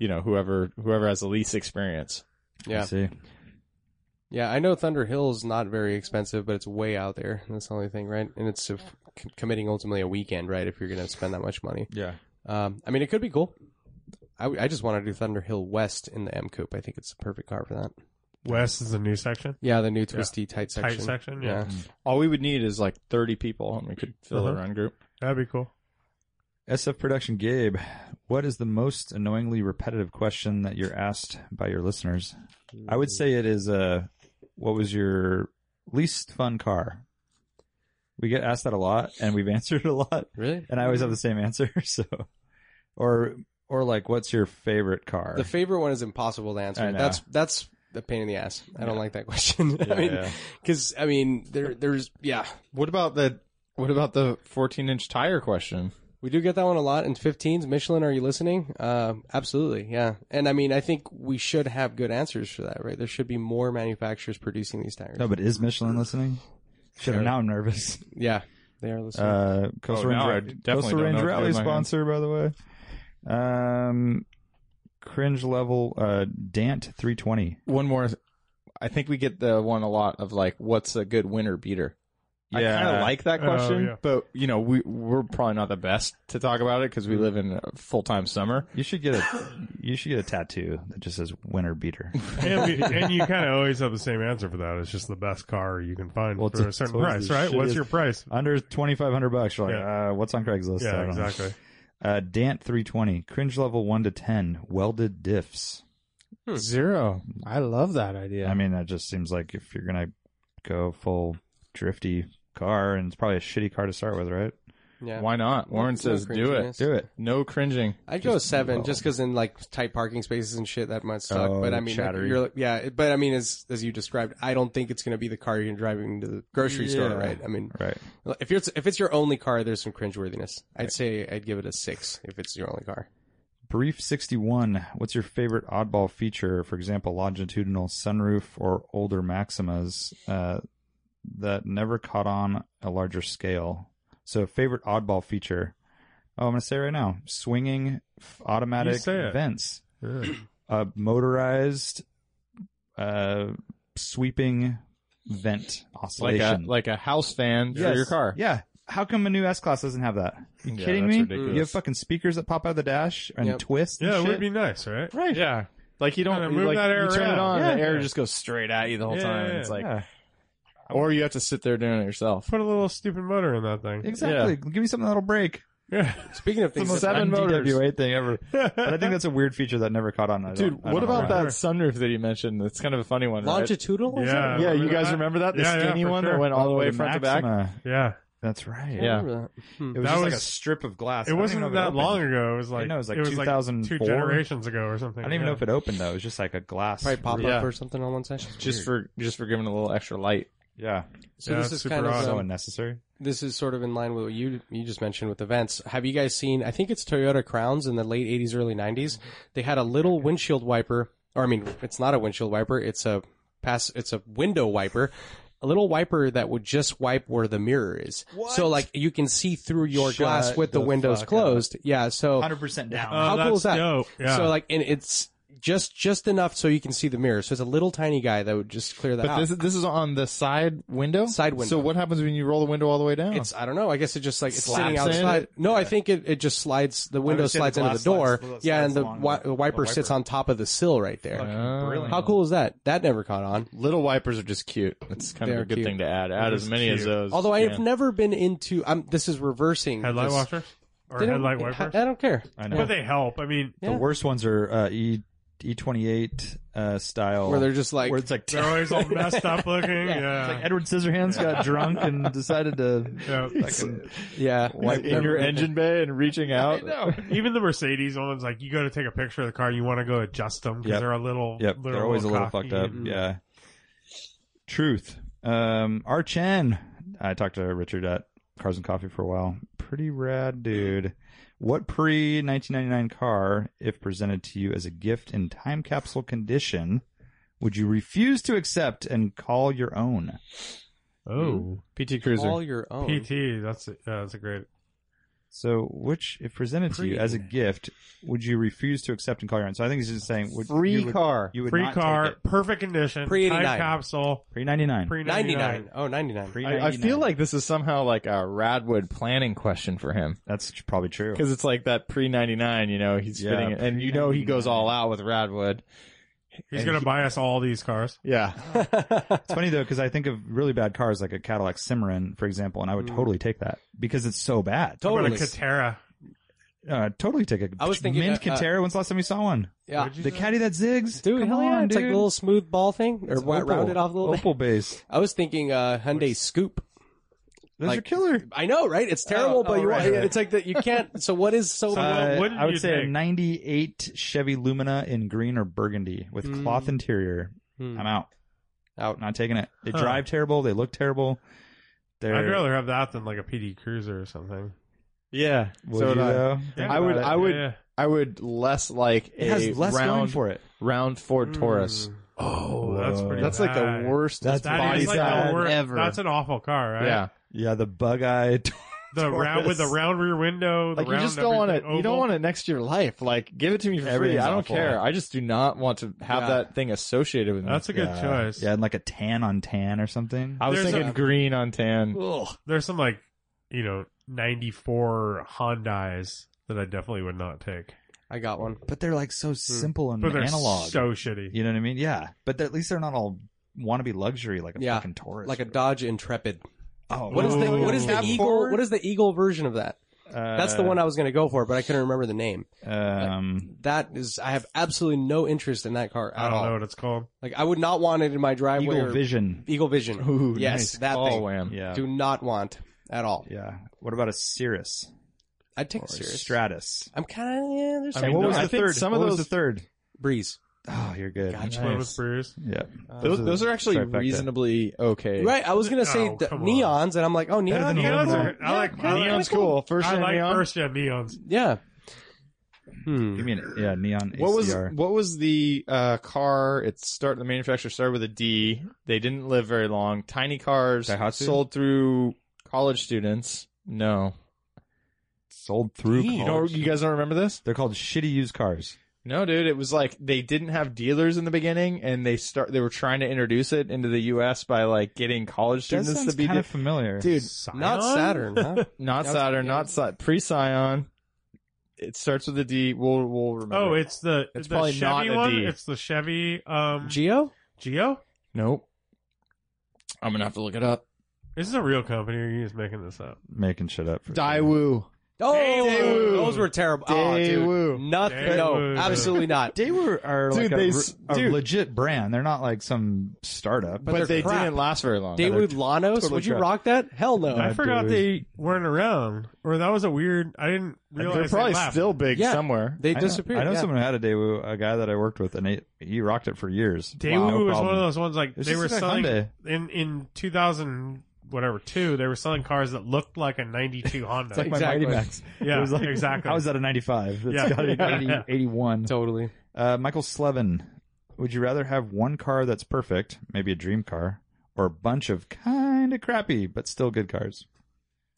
[SPEAKER 4] you know whoever whoever has the least experience.
[SPEAKER 1] I
[SPEAKER 8] Yeah.
[SPEAKER 1] see.
[SPEAKER 8] Yeah, I know Thunder Hill's not very expensive, but it's way out there. That's the only thing, right? And it's if, c- committing ultimately a weekend, right? If you're going to spend that much money.
[SPEAKER 1] Yeah.
[SPEAKER 8] Um, I mean, it could be cool. I, w- I just want to do Thunder Hill West in the M Coupe. I think it's the perfect car for that.
[SPEAKER 5] West is a new section,
[SPEAKER 8] Yeah, the new twisty tight section.
[SPEAKER 5] tight section. Yeah,
[SPEAKER 8] Yeah.
[SPEAKER 4] All we would need is like thirty people, and we could fill the
[SPEAKER 5] Uh-huh.
[SPEAKER 4] run group.
[SPEAKER 5] that'd be cool.
[SPEAKER 1] SF Production Gabe, what is the most annoyingly repetitive question that you're asked by your listeners? I would say it is uh, what was your least fun car? We get asked that a lot, and we've answered a lot,
[SPEAKER 8] Really?
[SPEAKER 1] and I always have the same answer. So, or or like, what's your favorite car?
[SPEAKER 8] The favorite one is impossible to
[SPEAKER 1] I
[SPEAKER 8] answer.
[SPEAKER 1] know.
[SPEAKER 8] That's that's a pain in the ass. I don't like that question. I mean,
[SPEAKER 1] yeah.
[SPEAKER 8] because I mean, there there's yeah,
[SPEAKER 4] What about the what about the 14 inch tire question?
[SPEAKER 8] We do get that one a lot in 15s. Michelin, are you listening? Uh, absolutely, yeah. And I mean, I think we should have good answers for that, right? There should be more manufacturers producing these tires.
[SPEAKER 1] no, but is Michelin listening? Shit, I'm now I'm nervous.
[SPEAKER 8] Yeah, they are listening.
[SPEAKER 1] Uh, Coastal
[SPEAKER 4] Oh, now I
[SPEAKER 1] Range,
[SPEAKER 4] definitely
[SPEAKER 1] Coastal
[SPEAKER 4] don't
[SPEAKER 1] Range
[SPEAKER 4] know what to do
[SPEAKER 1] Rally
[SPEAKER 4] with my hand.
[SPEAKER 1] sponsor, by the way. Um, cringe level, uh, Dant 320.
[SPEAKER 4] One more. I think we get the one a lot of like, what's a good winner beater? I
[SPEAKER 1] Yeah.
[SPEAKER 4] kind of like that
[SPEAKER 5] Oh,
[SPEAKER 4] question,
[SPEAKER 5] yeah.
[SPEAKER 4] but you know, we we're probably not the best to talk about it because we live in full time summer.
[SPEAKER 1] You should get a, you should get a tattoo that just says winner beater.
[SPEAKER 5] and, we, and you kind of always have the same answer for that. It's just the best car you can find
[SPEAKER 1] Well,
[SPEAKER 5] for a
[SPEAKER 1] it's-
[SPEAKER 5] certain
[SPEAKER 1] it's always
[SPEAKER 5] price,
[SPEAKER 1] the
[SPEAKER 5] right? What's
[SPEAKER 1] shittiest-
[SPEAKER 5] your price?
[SPEAKER 1] Under 2,500 bucks, you're like, uh, what's on Craigslist? I
[SPEAKER 5] Yeah,
[SPEAKER 1] don't know.
[SPEAKER 5] exactly.
[SPEAKER 1] Uh, Dant 320, cringe level 1 to 10, welded diffs.
[SPEAKER 8] Hmm.
[SPEAKER 4] Zero. I love that idea.
[SPEAKER 1] I mean, that just seems like if you're going to go full drifty car, and it's probably a shitty car to start with, right?
[SPEAKER 8] yeah.
[SPEAKER 4] Why not? Warren says, do it.
[SPEAKER 8] Do
[SPEAKER 1] it.
[SPEAKER 4] No cringing.
[SPEAKER 8] I'd go seven, just because in like tight parking spaces and shit, that might suck.
[SPEAKER 1] Oh,
[SPEAKER 8] but I mean, like,
[SPEAKER 1] chattery.
[SPEAKER 8] you're, yeah. But I mean, as as you described, I don't think it's going to be the car you're driving to the grocery store,
[SPEAKER 1] Yeah.
[SPEAKER 8] right? I mean,
[SPEAKER 1] Right.
[SPEAKER 8] if it's if it's your only car, there's some cringeworthiness. I'd say I'd give it a six if it's your only car.
[SPEAKER 1] Brief 61. What's your favorite oddball feature? For example, longitudinal sunroof or older Maximas uh, that never caught on a larger scale. So, favorite oddball feature. Oh, I'm going to say right now swinging f-
[SPEAKER 5] You
[SPEAKER 1] automatic
[SPEAKER 5] say it.
[SPEAKER 1] vents, a motorized uh, sweeping vent
[SPEAKER 4] Like a
[SPEAKER 1] oscillation.
[SPEAKER 4] like a house fan for
[SPEAKER 1] Yes.
[SPEAKER 4] your car.
[SPEAKER 1] Yeah. How come a new S class doesn't have that? You
[SPEAKER 4] Yeah,
[SPEAKER 1] kidding
[SPEAKER 4] that's
[SPEAKER 1] me?
[SPEAKER 4] ridiculous.
[SPEAKER 1] You have fucking speakers that pop out of the dash and
[SPEAKER 8] Yep.
[SPEAKER 1] twist. and
[SPEAKER 5] Yeah, it
[SPEAKER 1] shit?
[SPEAKER 5] would be nice, right?
[SPEAKER 4] Right. Yeah. Like you don't
[SPEAKER 5] Kinda move
[SPEAKER 4] like,
[SPEAKER 5] that air
[SPEAKER 4] you turn
[SPEAKER 5] around.
[SPEAKER 4] it on, the
[SPEAKER 1] Yeah.
[SPEAKER 4] air just goes straight at you the whole
[SPEAKER 5] Yeah,
[SPEAKER 4] time.
[SPEAKER 5] yeah,
[SPEAKER 4] and it's like,
[SPEAKER 1] Yeah.
[SPEAKER 4] or you have to sit there doing it yourself.
[SPEAKER 5] Put a little stupid motor in that thing.
[SPEAKER 1] Exactly. Give me something that'll break.
[SPEAKER 5] Yeah.
[SPEAKER 8] Speaking of things, that-
[SPEAKER 4] Seven motors.
[SPEAKER 1] DWA thing ever. But I think that's a weird feature that never caught on. I
[SPEAKER 4] Dude,
[SPEAKER 1] don't- I
[SPEAKER 4] what
[SPEAKER 1] don't know
[SPEAKER 4] about
[SPEAKER 1] why.
[SPEAKER 4] that sunroof that you mentioned? That's kind of a funny one, right?
[SPEAKER 8] longitudinal. or something?
[SPEAKER 5] yeah.
[SPEAKER 4] Yeah, you guys remember that? The
[SPEAKER 5] Yeah, yeah,
[SPEAKER 4] skinny
[SPEAKER 5] for
[SPEAKER 4] one
[SPEAKER 5] sure.
[SPEAKER 4] that went all the way front to back?
[SPEAKER 1] Maxima.
[SPEAKER 5] Yeah.
[SPEAKER 1] That's right.
[SPEAKER 4] Yeah.
[SPEAKER 8] Remember that.
[SPEAKER 1] It was
[SPEAKER 5] That
[SPEAKER 1] just like a
[SPEAKER 5] was-
[SPEAKER 1] strip of glass. I don't
[SPEAKER 5] It
[SPEAKER 1] even
[SPEAKER 5] wasn't
[SPEAKER 1] know if
[SPEAKER 5] that
[SPEAKER 1] opened.
[SPEAKER 5] long ago. It was like
[SPEAKER 1] know, it was like
[SPEAKER 5] like, two
[SPEAKER 1] 2004.
[SPEAKER 5] generations ago or something.
[SPEAKER 1] I don't even know if it opened though. It was just like a glass.
[SPEAKER 8] Probably pop
[SPEAKER 4] Yeah.
[SPEAKER 8] up or something on one side.
[SPEAKER 4] Just for just for giving it a little extra light.
[SPEAKER 1] Yeah.
[SPEAKER 8] So
[SPEAKER 5] Yeah,
[SPEAKER 8] this is
[SPEAKER 5] super
[SPEAKER 8] kind
[SPEAKER 4] Uh,
[SPEAKER 5] odd.
[SPEAKER 8] of
[SPEAKER 1] So
[SPEAKER 8] um,
[SPEAKER 1] unnecessary.
[SPEAKER 8] this is sort of in line with what you you just mentioned with events. Have you guys seen? I think it's Toyota Crowns in the late '80s, early '90s. They had a little windshield wiper, or I mean, it's not a windshield wiper. It's a pass. It's a window wiper. A little wiper that would just wipe where the mirror is, so like you can see through your
[SPEAKER 1] Shut
[SPEAKER 8] glass with the,
[SPEAKER 1] the
[SPEAKER 8] windows
[SPEAKER 1] fuck up.
[SPEAKER 8] closed. Yeah, so
[SPEAKER 1] 100% down.
[SPEAKER 5] Oh,
[SPEAKER 4] Uh,
[SPEAKER 8] how cool is
[SPEAKER 5] that's
[SPEAKER 8] that?
[SPEAKER 5] dope. Yeah.
[SPEAKER 8] So like, and it's just just enough so you can see the mirror. So it's a little tiny guy that would just clear that
[SPEAKER 4] But
[SPEAKER 8] out.
[SPEAKER 4] this is this is on the side window?
[SPEAKER 8] Side window.
[SPEAKER 4] So what happens when you roll the window all the way down?
[SPEAKER 8] It's I don't know. I guess it just like it's
[SPEAKER 4] Slaps
[SPEAKER 8] sitting
[SPEAKER 4] in?
[SPEAKER 8] outside. No, I think it, it just slides. The window
[SPEAKER 1] would say the
[SPEAKER 8] slides into
[SPEAKER 1] glass
[SPEAKER 8] the door.
[SPEAKER 1] slides-
[SPEAKER 8] yeah, and
[SPEAKER 1] slides
[SPEAKER 8] the,
[SPEAKER 1] along
[SPEAKER 8] wi-
[SPEAKER 1] the-
[SPEAKER 8] the wiper
[SPEAKER 1] the
[SPEAKER 8] sits
[SPEAKER 1] wiper.
[SPEAKER 8] on top of the sill right there.
[SPEAKER 4] Oh.
[SPEAKER 1] Fucking brilliant.
[SPEAKER 8] How cool is that? That never caught on.
[SPEAKER 4] Little wipers are just cute. That's kind of
[SPEAKER 8] They're
[SPEAKER 4] a good
[SPEAKER 8] cute.
[SPEAKER 4] thing to add. Add as many as
[SPEAKER 5] cute.
[SPEAKER 4] those.
[SPEAKER 8] Although I
[SPEAKER 4] yeah.
[SPEAKER 8] have never been into. I'm. This is reversing.
[SPEAKER 5] headlight
[SPEAKER 8] this.
[SPEAKER 5] washers or
[SPEAKER 8] They don't-
[SPEAKER 5] headlight wipers.
[SPEAKER 8] I, I don't care.
[SPEAKER 1] I
[SPEAKER 5] But
[SPEAKER 1] know.
[SPEAKER 5] they help. I mean,
[SPEAKER 1] The worst ones are uh, E E28 uh, style,
[SPEAKER 8] Where they're just like
[SPEAKER 1] where it's like
[SPEAKER 5] they're always all messed up looking. Yeah.
[SPEAKER 1] Edward Scissorhands got drunk and decided to
[SPEAKER 5] Yeah.
[SPEAKER 1] fucking
[SPEAKER 8] yeah.
[SPEAKER 4] Like in your engine bay and reaching out.
[SPEAKER 5] Even the Mercedes ones, like you go to take a picture of the car, you want to go adjust them because
[SPEAKER 1] Yep.
[SPEAKER 5] they're a little.
[SPEAKER 1] Yep,
[SPEAKER 5] little
[SPEAKER 1] they're always a little
[SPEAKER 5] cocky
[SPEAKER 1] fucked up.
[SPEAKER 5] and-
[SPEAKER 1] Yeah. Truth. Um, R. Chen. I talked to Richard at Cars and Coffee for a while. Pretty rad dude. What pre 1999 car, if presented to you as a gift in time capsule condition, would you refuse to accept and call your own?
[SPEAKER 5] Oh,
[SPEAKER 4] PT Cruiser.
[SPEAKER 8] all your own.
[SPEAKER 5] PT. That's a, yeah, that's a great.
[SPEAKER 1] So, which, if presented to you
[SPEAKER 8] Pre.
[SPEAKER 1] as a gift, would you refuse to accept and call your own? So, I think he's just saying, would,
[SPEAKER 4] Free
[SPEAKER 1] you would,
[SPEAKER 4] car.
[SPEAKER 1] You would
[SPEAKER 5] Free
[SPEAKER 1] not
[SPEAKER 5] car,
[SPEAKER 1] take it.
[SPEAKER 5] perfect condition,
[SPEAKER 8] Pre-89.
[SPEAKER 5] time capsule,
[SPEAKER 1] Pre 99.
[SPEAKER 5] pre
[SPEAKER 8] 99. Oh, 99.
[SPEAKER 4] I, I feel like this is somehow like a Radwood planning question for him.
[SPEAKER 1] that's probably true.
[SPEAKER 4] Because it's like that pre ninety nine, you know, he's
[SPEAKER 1] Yeah,
[SPEAKER 4] fitting it, and you know he goes
[SPEAKER 1] 99.
[SPEAKER 4] all out with Radwood.
[SPEAKER 5] He's gonna buy us all these cars.
[SPEAKER 4] Yeah,
[SPEAKER 1] It's funny though because I think of really bad cars like a
[SPEAKER 8] Mm.
[SPEAKER 1] Cadillac Cimarron, for example, and I would totally take that because it's so bad.
[SPEAKER 5] What a
[SPEAKER 8] Totally.
[SPEAKER 5] Catera.
[SPEAKER 1] uh, totally take a
[SPEAKER 8] I was thinking,
[SPEAKER 1] mint
[SPEAKER 8] uh, uh,
[SPEAKER 1] Cantera. When's the last time you saw one?
[SPEAKER 8] Yeah.
[SPEAKER 1] The caddy that zigs,
[SPEAKER 8] Dude,
[SPEAKER 1] Come
[SPEAKER 8] hell
[SPEAKER 1] on,
[SPEAKER 8] yeah. It's like a
[SPEAKER 1] dude.
[SPEAKER 8] little smooth ball thing or wa-
[SPEAKER 1] Opal.
[SPEAKER 8] rounded off a little bit.
[SPEAKER 1] opal base.
[SPEAKER 8] I was thinking uh, Hyundai Scoop.
[SPEAKER 1] Those
[SPEAKER 8] Like-
[SPEAKER 1] are killer.
[SPEAKER 8] I know, right? It's terrible,
[SPEAKER 1] Oh,
[SPEAKER 8] but
[SPEAKER 1] oh,
[SPEAKER 8] you
[SPEAKER 1] right,
[SPEAKER 8] want,
[SPEAKER 1] right.
[SPEAKER 8] it's like that. You can't. So what is so?
[SPEAKER 5] Uh, what wouldn't
[SPEAKER 1] I would
[SPEAKER 5] you
[SPEAKER 1] say a
[SPEAKER 5] take?
[SPEAKER 1] '98 Chevy Lumina in green or burgundy with
[SPEAKER 8] Mm.
[SPEAKER 1] cloth interior.
[SPEAKER 8] Hmm.
[SPEAKER 1] I'm out.
[SPEAKER 8] Out.
[SPEAKER 1] Not taking it. They
[SPEAKER 5] Huh.
[SPEAKER 1] drive terrible. They look terrible. They're,
[SPEAKER 5] I'd rather have that than like a PD Cruiser or something.
[SPEAKER 4] Yeah.
[SPEAKER 1] Will
[SPEAKER 4] so
[SPEAKER 1] you,
[SPEAKER 4] would I.
[SPEAKER 1] though?
[SPEAKER 5] Think
[SPEAKER 4] I would-
[SPEAKER 5] about it.
[SPEAKER 4] I would-
[SPEAKER 5] Yeah.
[SPEAKER 4] I would less like a
[SPEAKER 1] It has less going
[SPEAKER 4] round
[SPEAKER 1] for it.
[SPEAKER 4] round Ford Taurus.
[SPEAKER 5] Mm. Oh, that's pretty.
[SPEAKER 4] That's like
[SPEAKER 5] bad.
[SPEAKER 4] the worst
[SPEAKER 1] That's
[SPEAKER 5] That
[SPEAKER 4] body
[SPEAKER 5] is like
[SPEAKER 4] size
[SPEAKER 5] the worst.
[SPEAKER 4] ever.
[SPEAKER 5] That's an awful car, right?
[SPEAKER 4] yeah.
[SPEAKER 1] Yeah, the bug eye.
[SPEAKER 5] The round with the round rear window. The
[SPEAKER 4] Like you
[SPEAKER 5] round
[SPEAKER 4] just don't want it.
[SPEAKER 5] everything,
[SPEAKER 4] You don't
[SPEAKER 5] oval.
[SPEAKER 4] want it next to your life. Like give it to me for free.
[SPEAKER 1] Everything's
[SPEAKER 4] I don't
[SPEAKER 1] awful.
[SPEAKER 4] care. I just do not want to have
[SPEAKER 8] Yeah.
[SPEAKER 4] that thing associated with me.
[SPEAKER 5] That's a good
[SPEAKER 1] Yeah.
[SPEAKER 5] choice.
[SPEAKER 1] Yeah, and like a tan on tan or something.
[SPEAKER 4] I was
[SPEAKER 5] There's
[SPEAKER 4] thinking
[SPEAKER 5] a-
[SPEAKER 4] green on tan.
[SPEAKER 5] There's some like, you know, '94 Hondas that I definitely would not take,
[SPEAKER 8] I got one.
[SPEAKER 1] But they're like so
[SPEAKER 4] Hmm.
[SPEAKER 1] simple and
[SPEAKER 5] but they're
[SPEAKER 1] analog.
[SPEAKER 5] so shitty.
[SPEAKER 1] you know what I mean? Yeah, but they're- at least they're not all wannabe luxury like a
[SPEAKER 8] Yeah.
[SPEAKER 1] fucking Taurus.
[SPEAKER 8] Like a Dodge Intrepid.
[SPEAKER 1] oh,
[SPEAKER 8] What is the what is the
[SPEAKER 1] Cab
[SPEAKER 8] eagle?
[SPEAKER 1] forward?
[SPEAKER 8] What is the eagle version of that? That's the
[SPEAKER 1] Uh,
[SPEAKER 8] one I was going to go for, but I couldn't remember the name.
[SPEAKER 1] Um,
[SPEAKER 8] That is, I have absolutely no interest in that car at
[SPEAKER 5] I don't
[SPEAKER 8] all.
[SPEAKER 5] know what it's called.
[SPEAKER 8] Like I would not want it in my driveway.
[SPEAKER 1] Eagle
[SPEAKER 8] or-
[SPEAKER 1] Vision.
[SPEAKER 8] Eagle Vision.
[SPEAKER 4] Ooh,
[SPEAKER 8] yes,
[SPEAKER 4] nice Oh,
[SPEAKER 8] that
[SPEAKER 4] call,
[SPEAKER 8] thing.
[SPEAKER 4] Wham.
[SPEAKER 1] Yeah,
[SPEAKER 8] Do not want at all.
[SPEAKER 1] yeah. What about a Cirrus?
[SPEAKER 8] I'd take
[SPEAKER 1] Or
[SPEAKER 8] a
[SPEAKER 1] a
[SPEAKER 8] Cirrus.
[SPEAKER 1] Stratus?
[SPEAKER 8] I'm kind of yeah. There's
[SPEAKER 4] I
[SPEAKER 8] some-
[SPEAKER 4] mean,
[SPEAKER 1] what
[SPEAKER 4] no,
[SPEAKER 1] was
[SPEAKER 4] I
[SPEAKER 1] the
[SPEAKER 4] think
[SPEAKER 1] third?
[SPEAKER 4] some
[SPEAKER 1] what
[SPEAKER 4] of
[SPEAKER 1] was
[SPEAKER 4] those-
[SPEAKER 1] the third?
[SPEAKER 8] breeze.
[SPEAKER 1] Oh, youyou're good.
[SPEAKER 8] Gotcha.
[SPEAKER 5] Plymouth
[SPEAKER 4] Nice.
[SPEAKER 5] Brewers.
[SPEAKER 1] Yeah.
[SPEAKER 4] Those, those are actually
[SPEAKER 1] Trifecta.
[SPEAKER 4] reasonably okay.
[SPEAKER 8] Right. I was gonna say
[SPEAKER 5] Oh,
[SPEAKER 8] the
[SPEAKER 5] come on.
[SPEAKER 8] neons, and I'm like, oh, neon.
[SPEAKER 1] than
[SPEAKER 5] Neons
[SPEAKER 1] aluminum.
[SPEAKER 5] are, I like I like-
[SPEAKER 4] Neon's cool. First
[SPEAKER 5] I
[SPEAKER 4] gen
[SPEAKER 5] like
[SPEAKER 4] neon.
[SPEAKER 5] first gen neons.
[SPEAKER 8] Yeah. Hmm.
[SPEAKER 1] Give me an yeah neon
[SPEAKER 4] What was
[SPEAKER 1] ACR.
[SPEAKER 4] what was the uh, car? It start the manufacturer started with a D. They didn't live very long. Tiny cars
[SPEAKER 1] Daihatsu?
[SPEAKER 4] sold through college students. No,
[SPEAKER 1] sold through?
[SPEAKER 4] you,
[SPEAKER 1] college.
[SPEAKER 4] don't- you guys don't remember this?
[SPEAKER 1] They're called shitty used cars.
[SPEAKER 4] No, dude. It was like they didn't have dealers in the beginning, and they start they were trying to introduce it into the U.S. by like getting college
[SPEAKER 1] That
[SPEAKER 4] students
[SPEAKER 1] sounds
[SPEAKER 4] to be
[SPEAKER 1] kind
[SPEAKER 4] de-
[SPEAKER 1] of familiar.
[SPEAKER 4] dude.
[SPEAKER 8] Not
[SPEAKER 5] Scion?
[SPEAKER 8] Saturn. Huh?
[SPEAKER 4] Not
[SPEAKER 8] That was-
[SPEAKER 4] Saturn,
[SPEAKER 8] yeah.
[SPEAKER 4] not Saturn, pre Scion. It starts with a D. We'll we'll remember.
[SPEAKER 5] Oh,
[SPEAKER 4] it.
[SPEAKER 5] it's the
[SPEAKER 4] It's
[SPEAKER 5] the
[SPEAKER 4] probably
[SPEAKER 5] Chevy
[SPEAKER 4] not a
[SPEAKER 5] one.
[SPEAKER 4] D.
[SPEAKER 5] It's the Chevy um
[SPEAKER 8] Geo.
[SPEAKER 5] Geo.
[SPEAKER 4] nope. I'm gonna have to look it up.
[SPEAKER 5] This is a real company. Or are you just making this up?
[SPEAKER 1] Making shit up. For sure.
[SPEAKER 4] Daiwoo.
[SPEAKER 8] Oh,
[SPEAKER 5] Daewoo.
[SPEAKER 8] those were terrible. Oh,
[SPEAKER 4] Daewoo.
[SPEAKER 8] dude. Nothing. No,
[SPEAKER 5] Daewoo.
[SPEAKER 8] absolutely not.
[SPEAKER 1] They were are
[SPEAKER 4] Dude,
[SPEAKER 1] like a
[SPEAKER 4] they
[SPEAKER 1] re-
[SPEAKER 4] s-
[SPEAKER 1] a,
[SPEAKER 4] dude.
[SPEAKER 1] legit brand. They're not like some startup.
[SPEAKER 8] But
[SPEAKER 4] but,
[SPEAKER 8] they're
[SPEAKER 4] they
[SPEAKER 8] crap.
[SPEAKER 4] didn't last very long.
[SPEAKER 8] Daewoo Lanos. would you
[SPEAKER 1] crap.
[SPEAKER 8] rock that? Hell no.
[SPEAKER 5] I forgot
[SPEAKER 1] dude.
[SPEAKER 5] they weren't around, or that was a weird. I didn't
[SPEAKER 4] they're
[SPEAKER 5] realize
[SPEAKER 4] probably
[SPEAKER 5] they left.
[SPEAKER 4] still big
[SPEAKER 8] Yeah.
[SPEAKER 4] somewhere.
[SPEAKER 8] They
[SPEAKER 1] I know-
[SPEAKER 8] disappeared.
[SPEAKER 1] I know
[SPEAKER 8] yeah.
[SPEAKER 1] someone who had a Daewoo, a guy that I worked with, and he, he rocked it for years.
[SPEAKER 5] Daewoo
[SPEAKER 1] Wow, no
[SPEAKER 5] was one
[SPEAKER 1] problem.
[SPEAKER 5] of those ones like
[SPEAKER 1] It's
[SPEAKER 5] they
[SPEAKER 1] just
[SPEAKER 5] were
[SPEAKER 1] like
[SPEAKER 5] selling
[SPEAKER 1] Hyundai.
[SPEAKER 5] in in two thousand whatever two. They were selling cars that looked like a ninety two Honda.
[SPEAKER 1] It's like
[SPEAKER 8] Exactly.
[SPEAKER 1] my Mighty Max.
[SPEAKER 5] yeah,
[SPEAKER 1] It was like-
[SPEAKER 5] exactly.
[SPEAKER 1] I was at a 95. That's
[SPEAKER 5] Yeah.
[SPEAKER 1] got an
[SPEAKER 5] Yeah.
[SPEAKER 1] 80, 81.
[SPEAKER 8] Totally.
[SPEAKER 1] Uh, Michael Slevin, would you rather have one car that's perfect, maybe a dream car, or a bunch of kind of crappy but still good cars?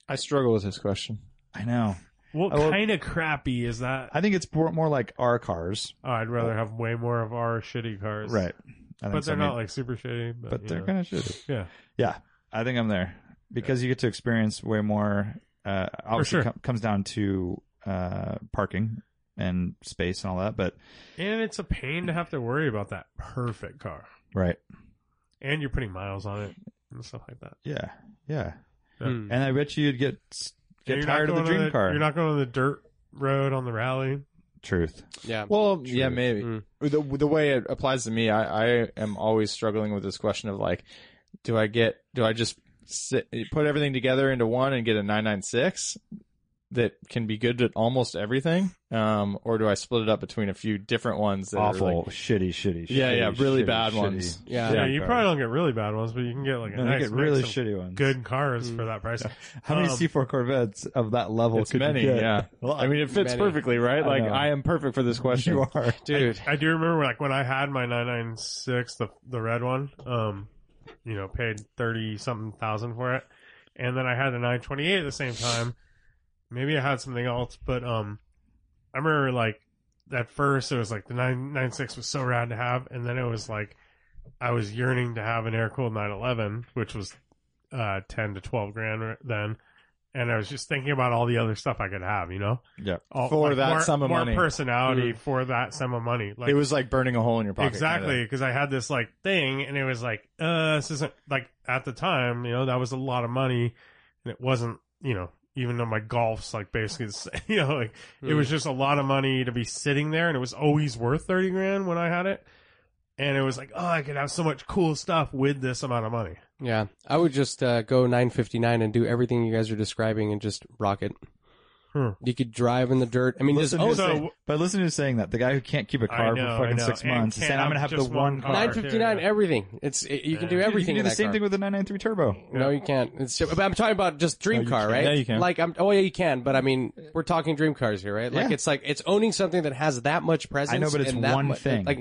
[SPEAKER 4] I struggle with this question.
[SPEAKER 1] I know.
[SPEAKER 5] what
[SPEAKER 1] I will-
[SPEAKER 5] kind of crappy is that?
[SPEAKER 1] I think it's more, more like our cars,
[SPEAKER 5] Oh, I'd rather have way more of our shitty cars,
[SPEAKER 1] right? I think
[SPEAKER 5] But
[SPEAKER 1] so,
[SPEAKER 5] they're
[SPEAKER 1] I mean,
[SPEAKER 5] not like super shitty. But,
[SPEAKER 1] But
[SPEAKER 5] you
[SPEAKER 1] they're
[SPEAKER 5] know.
[SPEAKER 1] kind of shitty.
[SPEAKER 5] yeah.
[SPEAKER 1] Yeah, I think I'm there because you get to experience way more. Uh, obviously,
[SPEAKER 5] sure.
[SPEAKER 1] com- comes down to uh, parking and space and all that. But
[SPEAKER 5] And it's a pain to have to worry about that perfect car.
[SPEAKER 1] right,
[SPEAKER 5] And you're putting miles on it and stuff like that.
[SPEAKER 1] yeah, yeah.
[SPEAKER 5] Yeah.
[SPEAKER 8] Hmm.
[SPEAKER 1] And I bet you'd get
[SPEAKER 5] And
[SPEAKER 1] get
[SPEAKER 5] you're not
[SPEAKER 1] tired of the
[SPEAKER 5] going on
[SPEAKER 1] dream car.
[SPEAKER 5] You're not going on the dirt road on the rally.
[SPEAKER 1] Truth.
[SPEAKER 8] Yeah.
[SPEAKER 4] Well, yeah, maybe
[SPEAKER 8] Mm.
[SPEAKER 4] the the way it applies to me, I, I am always struggling with this question of like, do I get do I just sit, put everything together into one and get a nine nine six that can be good at almost everything, um, or do I split it up between a few different ones that are,
[SPEAKER 1] Awful,
[SPEAKER 4] like-
[SPEAKER 1] shitty, shitty.
[SPEAKER 4] Yeah,
[SPEAKER 1] shitty,
[SPEAKER 4] yeah, really
[SPEAKER 1] shitty,
[SPEAKER 4] bad
[SPEAKER 1] shitty.
[SPEAKER 4] ones.
[SPEAKER 8] Yeah.
[SPEAKER 5] Yeah,
[SPEAKER 1] Yeah,
[SPEAKER 5] you
[SPEAKER 1] cars.
[SPEAKER 5] probably don't get really bad ones, but you can get like a
[SPEAKER 1] No, they
[SPEAKER 5] nice
[SPEAKER 1] get really
[SPEAKER 5] mix of
[SPEAKER 1] shitty ones.
[SPEAKER 5] good cars for that price.
[SPEAKER 1] How many
[SPEAKER 5] Um,
[SPEAKER 1] C4 Corvettes of that level
[SPEAKER 4] It's
[SPEAKER 1] could you
[SPEAKER 4] many,
[SPEAKER 1] get?
[SPEAKER 4] yeah. I mean, it fits
[SPEAKER 8] Many.
[SPEAKER 4] perfectly, right?
[SPEAKER 1] I
[SPEAKER 4] Like,
[SPEAKER 1] know.
[SPEAKER 4] I am perfect for this question.
[SPEAKER 1] You are.
[SPEAKER 8] Dude.
[SPEAKER 5] I do remember like when I had my 996, the the red one, um, you know, paid 30 something thousand for it. And then I had the 928 at the same time. Maybe I had something else, but um I remember like at first it was like the 996 was so rad to have and then it was like I was yearning to have an air-cooled 911, which was uh 10 to 12 grand r- then. And I was just thinking about all the other stuff I could have, you know,
[SPEAKER 1] Yeah.
[SPEAKER 5] all,
[SPEAKER 4] For that
[SPEAKER 5] Oh, more,
[SPEAKER 4] sum of
[SPEAKER 5] more
[SPEAKER 4] money.
[SPEAKER 1] Mm.
[SPEAKER 5] personality for that sum of money. Like
[SPEAKER 4] it was like burning a hole in your pocket.
[SPEAKER 5] Exactly, because I had this like thing, and it was like, uh, this isn't like at the time, you know, that was a lot of money, and it wasn't, you know, even though my golf's like basically the same. You know, like it
[SPEAKER 1] Mm.
[SPEAKER 5] was just a lot of money to be sitting there, and it was always worth thirty grand when I had it. And it was like, oh, I could have so much cool stuff with this amount of money.
[SPEAKER 8] Yeah, I would just uh, go 959 and do everything you guys are describing and just rock it.
[SPEAKER 5] Hmm.
[SPEAKER 8] You could drive in the dirt. I mean, just,
[SPEAKER 1] Listen
[SPEAKER 8] oh,
[SPEAKER 1] to
[SPEAKER 5] so-
[SPEAKER 1] say- but listen to saying that the guy who can't keep a
[SPEAKER 5] I
[SPEAKER 1] car
[SPEAKER 5] know,
[SPEAKER 1] for fucking
[SPEAKER 5] I know.
[SPEAKER 1] six
[SPEAKER 5] And
[SPEAKER 1] months is saying
[SPEAKER 5] can't
[SPEAKER 1] I'm gonna have
[SPEAKER 5] have
[SPEAKER 1] the
[SPEAKER 5] just
[SPEAKER 1] one
[SPEAKER 5] one
[SPEAKER 1] car.
[SPEAKER 5] car.
[SPEAKER 8] 959
[SPEAKER 5] yeah.
[SPEAKER 8] everything. It's it, you can do everything.
[SPEAKER 1] You can do the
[SPEAKER 8] in that
[SPEAKER 1] same
[SPEAKER 8] car.
[SPEAKER 1] thing with the 993 Turbo.
[SPEAKER 8] No, you can't. It's, but I'm talking about just dream car, right?
[SPEAKER 7] Yeah, you can.
[SPEAKER 8] Like, I'm, oh yeah, you can. But I mean, we're talking dream cars here, right? Like,
[SPEAKER 1] Yeah.
[SPEAKER 8] it's like it's owning something that has that much presence.
[SPEAKER 1] I know, but it's
[SPEAKER 8] and that
[SPEAKER 1] one
[SPEAKER 8] mu-
[SPEAKER 1] thing.
[SPEAKER 8] Like,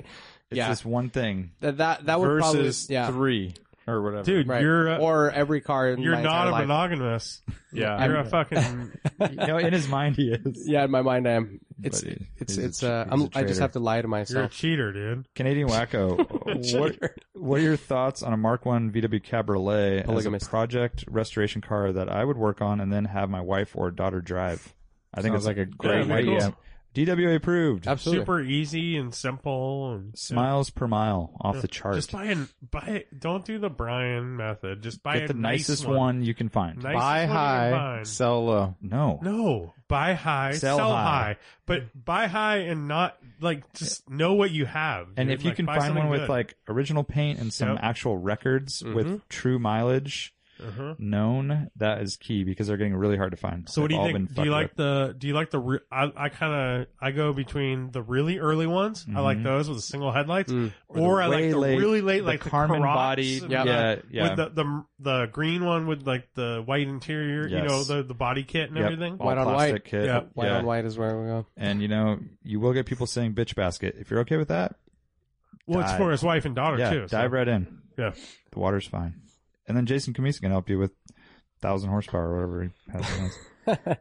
[SPEAKER 1] It's
[SPEAKER 8] yeah,
[SPEAKER 1] just one thing.
[SPEAKER 8] that that that would
[SPEAKER 7] versus
[SPEAKER 8] probably yeah.
[SPEAKER 7] three or whatever.
[SPEAKER 5] Dude,
[SPEAKER 8] Right.
[SPEAKER 5] you're a,
[SPEAKER 8] or every car in
[SPEAKER 5] you're
[SPEAKER 8] my
[SPEAKER 5] not
[SPEAKER 8] entire
[SPEAKER 5] a
[SPEAKER 8] life.
[SPEAKER 5] monogamous.
[SPEAKER 7] yeah,
[SPEAKER 5] You're a fucking.
[SPEAKER 1] you know, in his mind he is.
[SPEAKER 8] Yeah, in my mind, I am. It's
[SPEAKER 1] But he-
[SPEAKER 8] it's
[SPEAKER 1] he's a
[SPEAKER 8] it's.
[SPEAKER 1] che-
[SPEAKER 8] uh,
[SPEAKER 1] he's
[SPEAKER 8] I'm,
[SPEAKER 1] a
[SPEAKER 8] I just
[SPEAKER 1] traitor.
[SPEAKER 8] have to lie to
[SPEAKER 5] You're a
[SPEAKER 8] myself.
[SPEAKER 5] cheater, dude.
[SPEAKER 1] Canadian Wacko, what, what are your thoughts on a Mark One VW Cabriolet as
[SPEAKER 8] Polygamist.
[SPEAKER 1] a project restoration car that I would work on and then have my wife or daughter drive? I think it's
[SPEAKER 7] Sounds
[SPEAKER 1] like
[SPEAKER 7] like a
[SPEAKER 5] Yeah,
[SPEAKER 7] great
[SPEAKER 5] that'd be
[SPEAKER 7] idea.
[SPEAKER 5] cool.
[SPEAKER 1] DWA approved.
[SPEAKER 8] Absolutely.
[SPEAKER 5] Super easy and simple. And,
[SPEAKER 1] Smiles per mile off the chart.
[SPEAKER 5] Just buy an buy. Don't do the Brian method. Just buy
[SPEAKER 1] Get
[SPEAKER 5] a
[SPEAKER 1] the
[SPEAKER 5] nice
[SPEAKER 1] nicest
[SPEAKER 5] one.
[SPEAKER 1] one. you can find.
[SPEAKER 5] Nicest one
[SPEAKER 7] Buy
[SPEAKER 5] you can
[SPEAKER 7] high,
[SPEAKER 5] find.
[SPEAKER 7] sell low.
[SPEAKER 1] No.
[SPEAKER 5] No, buy high,
[SPEAKER 1] Sell
[SPEAKER 5] sell,
[SPEAKER 1] high.
[SPEAKER 5] high. but buy high and not like just know what you have.
[SPEAKER 1] And
[SPEAKER 5] dude.
[SPEAKER 1] if you
[SPEAKER 5] Like,
[SPEAKER 1] can
[SPEAKER 5] buy
[SPEAKER 1] find
[SPEAKER 5] something
[SPEAKER 1] one with
[SPEAKER 5] good.
[SPEAKER 1] like original paint and some
[SPEAKER 5] Yep.
[SPEAKER 1] actual records
[SPEAKER 8] Mm-hmm.
[SPEAKER 1] with true mileage
[SPEAKER 5] Uh-huh.
[SPEAKER 1] known, that is key because they're getting really hard to find.
[SPEAKER 5] So what
[SPEAKER 1] They've
[SPEAKER 5] do you
[SPEAKER 1] all been
[SPEAKER 5] think? Do you
[SPEAKER 1] fucked
[SPEAKER 5] like
[SPEAKER 1] up.
[SPEAKER 5] the? Do you like the? Re- I, I kind of I go between the really early ones. I like those with the single headlights, or I like
[SPEAKER 1] Mm-hmm. way
[SPEAKER 5] the
[SPEAKER 1] late-
[SPEAKER 5] really late,
[SPEAKER 1] the
[SPEAKER 5] like the
[SPEAKER 1] Karmann
[SPEAKER 5] Karats
[SPEAKER 1] body-
[SPEAKER 5] and
[SPEAKER 1] yeah,
[SPEAKER 5] the-
[SPEAKER 1] yeah, yeah.
[SPEAKER 5] With the, the the green one with like the white interior, you know,
[SPEAKER 1] Yes.
[SPEAKER 5] the the body kit and
[SPEAKER 1] Yep.
[SPEAKER 5] everything.
[SPEAKER 1] All
[SPEAKER 8] White on
[SPEAKER 1] plastic
[SPEAKER 8] white.
[SPEAKER 1] Kit.
[SPEAKER 5] Yeah.
[SPEAKER 8] White
[SPEAKER 1] yeah.
[SPEAKER 8] on white is where we go.
[SPEAKER 1] And you know, you will get people saying bitch basket. If you're okay with that,
[SPEAKER 5] Well, it's
[SPEAKER 1] Dive.
[SPEAKER 5] for his wife and daughter
[SPEAKER 1] yeah,
[SPEAKER 5] too. so-
[SPEAKER 1] dive right in.
[SPEAKER 5] Oh, Yeah.
[SPEAKER 1] The water's fine. And then Jason Kamisa can help you with 1,000 horsepower or whatever he has. in his.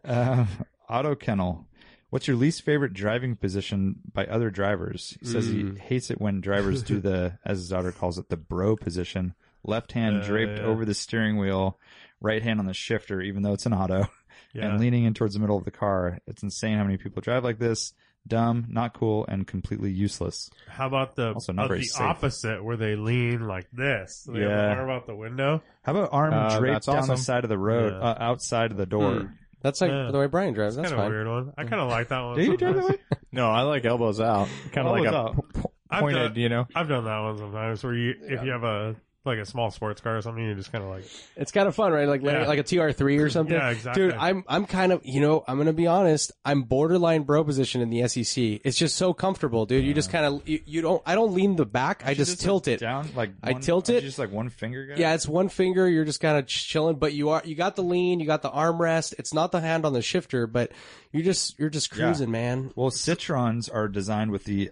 [SPEAKER 1] uh, auto Kennel. What's your least favorite driving position by other drivers? He says
[SPEAKER 5] Mm.
[SPEAKER 1] he hates it when drivers do the, as his daughter calls it, the bro position. Left hand
[SPEAKER 5] Uh,
[SPEAKER 1] draped
[SPEAKER 5] yeah.
[SPEAKER 1] over the steering wheel, right hand on the shifter, even though it's an auto,
[SPEAKER 5] Yeah.
[SPEAKER 1] and leaning in towards the middle of the car. It's insane how many people drive like this. Dumb, not cool, and completely useless.
[SPEAKER 5] How about the
[SPEAKER 1] Also not
[SPEAKER 5] of
[SPEAKER 1] very
[SPEAKER 5] the
[SPEAKER 1] safe.
[SPEAKER 5] opposite where they lean like this? So they have
[SPEAKER 1] Yeah.
[SPEAKER 5] an arm out the window.
[SPEAKER 1] How about arm
[SPEAKER 7] Uh,
[SPEAKER 1] draped
[SPEAKER 7] that's
[SPEAKER 1] down the
[SPEAKER 7] awesome.
[SPEAKER 1] side of the road,
[SPEAKER 5] Yeah.
[SPEAKER 1] uh, outside of the
[SPEAKER 8] Hmm.
[SPEAKER 1] door?
[SPEAKER 8] That's like
[SPEAKER 5] Yeah.
[SPEAKER 8] the way Brian drives. That's
[SPEAKER 5] Kind of a
[SPEAKER 8] fine.
[SPEAKER 5] weird one.
[SPEAKER 1] Mm.
[SPEAKER 5] I kind of like that one.
[SPEAKER 1] Do you drive that way?
[SPEAKER 7] No, I like elbows out. Kind of like
[SPEAKER 1] Elbows
[SPEAKER 7] a
[SPEAKER 1] out.
[SPEAKER 7] po- po-
[SPEAKER 5] I've
[SPEAKER 7] pointed,
[SPEAKER 5] done-
[SPEAKER 7] you know.
[SPEAKER 5] I've done that one sometimes where you, if you have a like a small sports car or something, you're just kind of like,
[SPEAKER 8] It's kind of fun, right? Like
[SPEAKER 5] Yeah.
[SPEAKER 8] like a TR3 or something.
[SPEAKER 5] Yeah, exactly.
[SPEAKER 8] Dude, I'm I'm kind of you know I'm gonna be honest. I'm borderline bro position in the SEC. It's just so comfortable, dude. You just kind of you, you don't. I don't lean the back. I just tilt it.
[SPEAKER 1] down like
[SPEAKER 8] I
[SPEAKER 1] one-
[SPEAKER 8] tilt
[SPEAKER 1] aren't you
[SPEAKER 8] it.
[SPEAKER 1] Just like one finger. Guy?
[SPEAKER 8] Yeah, it's one finger. You're just kind of chilling, but you are you got the lean. You got the armrest. It's not the hand on the shifter, but you're just you're just cruising, man.
[SPEAKER 1] Well, Citrons are designed with the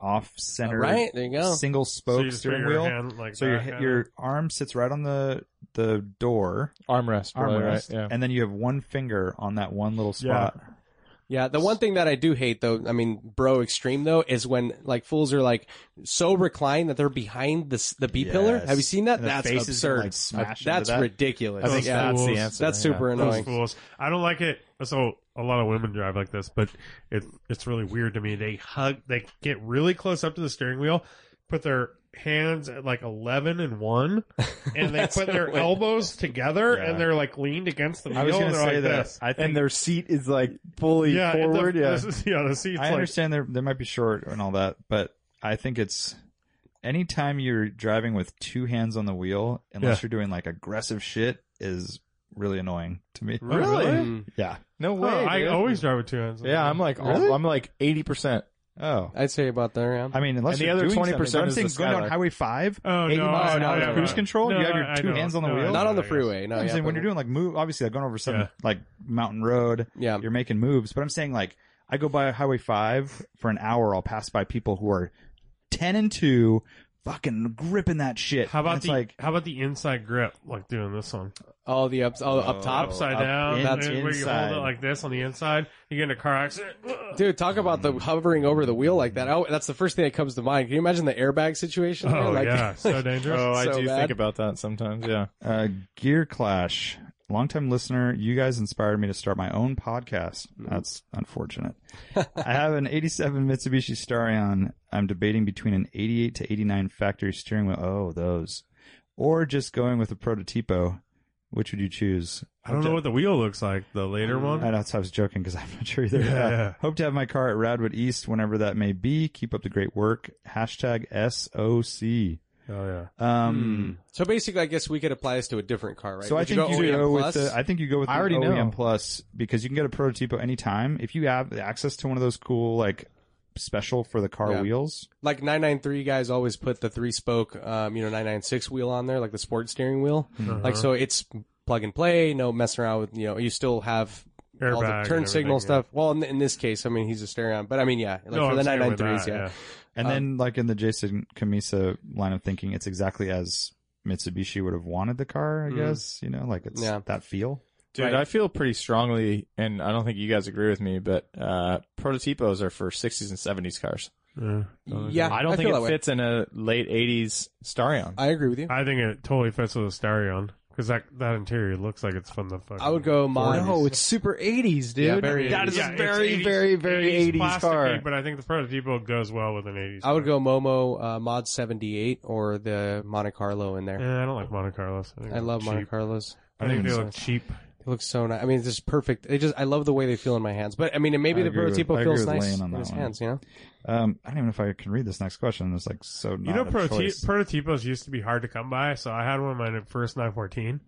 [SPEAKER 1] off-center,
[SPEAKER 8] Right, there you go.
[SPEAKER 1] single
[SPEAKER 5] so
[SPEAKER 1] spoke
[SPEAKER 5] you just put
[SPEAKER 1] steering
[SPEAKER 5] your
[SPEAKER 1] wheel.
[SPEAKER 5] hand like
[SPEAKER 1] so your
[SPEAKER 5] that, kinda.
[SPEAKER 1] your arm sits right on the the door
[SPEAKER 7] Armrest, probably,
[SPEAKER 1] armrest,
[SPEAKER 7] right? Yeah.
[SPEAKER 1] and then you have one finger on that one little
[SPEAKER 5] Yeah.
[SPEAKER 1] spot.
[SPEAKER 8] Yeah, the one thing that I do hate though, I mean, bro extreme though, is when like fools are like so reclined that they're behind the s- the B pillar.
[SPEAKER 1] Yes.
[SPEAKER 8] Have you seen that?
[SPEAKER 1] And the
[SPEAKER 8] That's
[SPEAKER 1] faces can,
[SPEAKER 8] absurd.
[SPEAKER 1] like, smash into
[SPEAKER 8] that's
[SPEAKER 1] that.
[SPEAKER 8] ridiculous.
[SPEAKER 7] I think
[SPEAKER 8] Yeah.
[SPEAKER 7] that's the
[SPEAKER 5] Those
[SPEAKER 7] answer.
[SPEAKER 8] That's
[SPEAKER 7] yeah.
[SPEAKER 8] super
[SPEAKER 5] Those
[SPEAKER 8] annoying.
[SPEAKER 5] fools. I don't like it. So a lot of women drive like this, but it it's really weird to me. They hug. They get really close up to the steering wheel, put their hands at like eleven and one, and they put their elbows together,
[SPEAKER 1] Yeah.
[SPEAKER 5] and they're like leaned against the wheel.
[SPEAKER 1] I was
[SPEAKER 5] and
[SPEAKER 1] gonna
[SPEAKER 5] they're
[SPEAKER 1] say
[SPEAKER 5] like
[SPEAKER 1] that
[SPEAKER 5] this.
[SPEAKER 1] I think
[SPEAKER 7] And their seat is like fully
[SPEAKER 5] yeah, and
[SPEAKER 7] forward.
[SPEAKER 5] The,
[SPEAKER 7] yeah.
[SPEAKER 5] This is, yeah, the seats.
[SPEAKER 1] I
[SPEAKER 5] like,
[SPEAKER 1] understand there they might be short and all that, but I think it's anytime you're driving with two hands on the wheel, unless
[SPEAKER 5] Yeah.
[SPEAKER 1] you're doing like aggressive shit, is really annoying to me.
[SPEAKER 5] Oh, Really?
[SPEAKER 8] Mm.
[SPEAKER 1] Yeah.
[SPEAKER 7] no
[SPEAKER 5] Oh,
[SPEAKER 7] way.
[SPEAKER 5] I
[SPEAKER 7] dude.
[SPEAKER 5] always drive with two hands.
[SPEAKER 7] Yeah, I'm like all, I'm like eighty percent.
[SPEAKER 1] Oh.
[SPEAKER 8] I'd say about there. Yeah.
[SPEAKER 1] I mean, unless
[SPEAKER 7] And the
[SPEAKER 1] you're
[SPEAKER 7] other
[SPEAKER 1] doing
[SPEAKER 7] 20%
[SPEAKER 1] something. I'm
[SPEAKER 7] is
[SPEAKER 1] saying
[SPEAKER 7] the
[SPEAKER 1] going down
[SPEAKER 7] Skylark.
[SPEAKER 1] Highway 5,
[SPEAKER 5] Oh,
[SPEAKER 1] 80
[SPEAKER 5] no,
[SPEAKER 1] miles an
[SPEAKER 5] no,
[SPEAKER 1] hour
[SPEAKER 5] no,
[SPEAKER 1] cruise
[SPEAKER 5] no.
[SPEAKER 1] control,
[SPEAKER 5] No,
[SPEAKER 1] you have
[SPEAKER 5] no,
[SPEAKER 1] your
[SPEAKER 5] I
[SPEAKER 1] two
[SPEAKER 5] don't.
[SPEAKER 1] hands on the
[SPEAKER 5] No, I
[SPEAKER 1] wheel.
[SPEAKER 8] not on the
[SPEAKER 5] I guess.
[SPEAKER 8] freeway. No,
[SPEAKER 1] I'm
[SPEAKER 8] Oh, yeah,
[SPEAKER 1] saying when
[SPEAKER 8] but-
[SPEAKER 1] you're doing like move, obviously like going over some
[SPEAKER 5] Yeah.
[SPEAKER 1] like mountain road,
[SPEAKER 8] Yeah.
[SPEAKER 1] you're making moves. But I'm saying like I go by Highway Five for an hour, I'll pass by people who are ten and two, fucking gripping that shit.
[SPEAKER 5] How
[SPEAKER 1] And
[SPEAKER 5] about
[SPEAKER 1] it's
[SPEAKER 5] the
[SPEAKER 1] like
[SPEAKER 5] how about the inside grip, like doing this one,
[SPEAKER 8] oh, the ups, oh, up top.
[SPEAKER 5] upside
[SPEAKER 1] up
[SPEAKER 5] down?
[SPEAKER 1] in-
[SPEAKER 5] and
[SPEAKER 1] that's
[SPEAKER 5] where you hold
[SPEAKER 1] inside.
[SPEAKER 5] it like this on the inside. You get in a car accident.
[SPEAKER 8] Dude, talk about the hovering over the wheel like that. Oh, that's the first thing that comes to mind. Can you imagine the airbag situation? there?
[SPEAKER 5] Oh
[SPEAKER 8] like,
[SPEAKER 5] yeah, so dangerous.
[SPEAKER 7] Oh, I
[SPEAKER 8] So
[SPEAKER 7] do
[SPEAKER 8] bad.
[SPEAKER 7] think about that sometimes. Yeah.
[SPEAKER 1] uh, Gear Clash, longtime listener, you guys inspired me to start my own podcast. That's unfortunate. I have an 87 Mitsubishi Starion. I'm debating between an 88 to 89 factory steering wheel. Oh, those. Or just going with a prototipo. Which would you choose?
[SPEAKER 5] I don't know what the wheel looks like. The later one. Oh,
[SPEAKER 1] I know so I was joking because I'm not sure either.
[SPEAKER 5] Yeah,
[SPEAKER 1] Uh,
[SPEAKER 5] yeah.
[SPEAKER 1] Hope to have my car at Radwood East whenever that may be. Keep up the great work. Hashtag SOC.
[SPEAKER 5] Oh yeah.
[SPEAKER 1] Um,
[SPEAKER 8] So basically, I guess we could apply this to a different car, right?
[SPEAKER 1] So I
[SPEAKER 8] Would
[SPEAKER 1] think you,
[SPEAKER 8] OEM
[SPEAKER 1] go with
[SPEAKER 8] E plus?
[SPEAKER 1] the, I think you go with the
[SPEAKER 4] I already
[SPEAKER 1] OEM
[SPEAKER 4] know.
[SPEAKER 1] Plus because you can get a prototypo anytime if you have access to one of those cool like special for the car
[SPEAKER 8] Yeah.
[SPEAKER 1] wheels.
[SPEAKER 8] like 993 guys always put the three spoke, um, you know, 996 wheel on there, like the sports steering wheel. Mm-hmm.
[SPEAKER 5] Uh-huh.
[SPEAKER 8] Like, so it's plug and play, no messing around with, you know, you still have all
[SPEAKER 5] Airbag
[SPEAKER 8] the
[SPEAKER 5] and
[SPEAKER 8] turn signal
[SPEAKER 5] everything,
[SPEAKER 8] stuff. Well, in, in this case, I mean, he's a stereo, but I mean, yeah, like
[SPEAKER 5] No,
[SPEAKER 8] for
[SPEAKER 5] I'm
[SPEAKER 8] the
[SPEAKER 5] saying with
[SPEAKER 8] 993s,
[SPEAKER 5] that,
[SPEAKER 8] yeah.
[SPEAKER 1] And
[SPEAKER 8] Um,
[SPEAKER 1] then like in the Jason Camisa line of thinking, it's exactly as Mitsubishi would have wanted the car. I
[SPEAKER 8] Mhm.
[SPEAKER 1] guess you know like it's
[SPEAKER 8] Yeah.
[SPEAKER 1] that feel.
[SPEAKER 4] Dude,
[SPEAKER 8] Right.
[SPEAKER 4] I feel pretty strongly, and I don't think you guys agree with me, but uh, prototipos are for 60s and 70s cars.
[SPEAKER 5] Yeah. Uh,
[SPEAKER 8] Yeah,
[SPEAKER 4] I don't
[SPEAKER 8] I
[SPEAKER 4] think
[SPEAKER 8] feel
[SPEAKER 4] it
[SPEAKER 8] that way.
[SPEAKER 4] fits in a late 80s Starion.
[SPEAKER 8] I agree with you. I,
[SPEAKER 5] I think it totally fits with a Starion because that that interior looks like it's from the fucking.
[SPEAKER 8] would go mod.
[SPEAKER 5] No,
[SPEAKER 7] it's super 80s, dude.
[SPEAKER 8] Yeah, very
[SPEAKER 7] that
[SPEAKER 8] 80s.
[SPEAKER 7] is
[SPEAKER 5] Yeah,
[SPEAKER 7] a
[SPEAKER 5] it's
[SPEAKER 7] very,
[SPEAKER 5] 80s
[SPEAKER 7] very, very 80s,
[SPEAKER 5] plasticky,
[SPEAKER 7] car.
[SPEAKER 5] But I think the prototypo goes well with an 80s.
[SPEAKER 8] I would
[SPEAKER 5] car.
[SPEAKER 8] go Momo uh, Mod 78 or the Monte Carlo in there.
[SPEAKER 5] Yeah, I don't like Monte Carlos. think
[SPEAKER 8] I
[SPEAKER 5] they're
[SPEAKER 8] love
[SPEAKER 5] cheap.
[SPEAKER 8] Monte Carlos.
[SPEAKER 5] I think they look cheap.
[SPEAKER 8] It looks so nice. I mean, it's just perfect. It just I love the way they feel in my hands. But I mean, maybe
[SPEAKER 1] I
[SPEAKER 8] the
[SPEAKER 1] agree with-
[SPEAKER 8] prototypo
[SPEAKER 1] I agree
[SPEAKER 8] feels
[SPEAKER 1] with
[SPEAKER 8] nice
[SPEAKER 1] Lane on
[SPEAKER 8] in
[SPEAKER 1] that
[SPEAKER 8] his
[SPEAKER 1] one.
[SPEAKER 8] hands. You know,
[SPEAKER 1] Um, I don't even know if I can read this next question. It's like so. Not
[SPEAKER 5] You know,
[SPEAKER 1] a
[SPEAKER 5] prototy-
[SPEAKER 1] choice.
[SPEAKER 5] prototypos used to be hard to come by, so I had one of my first 914,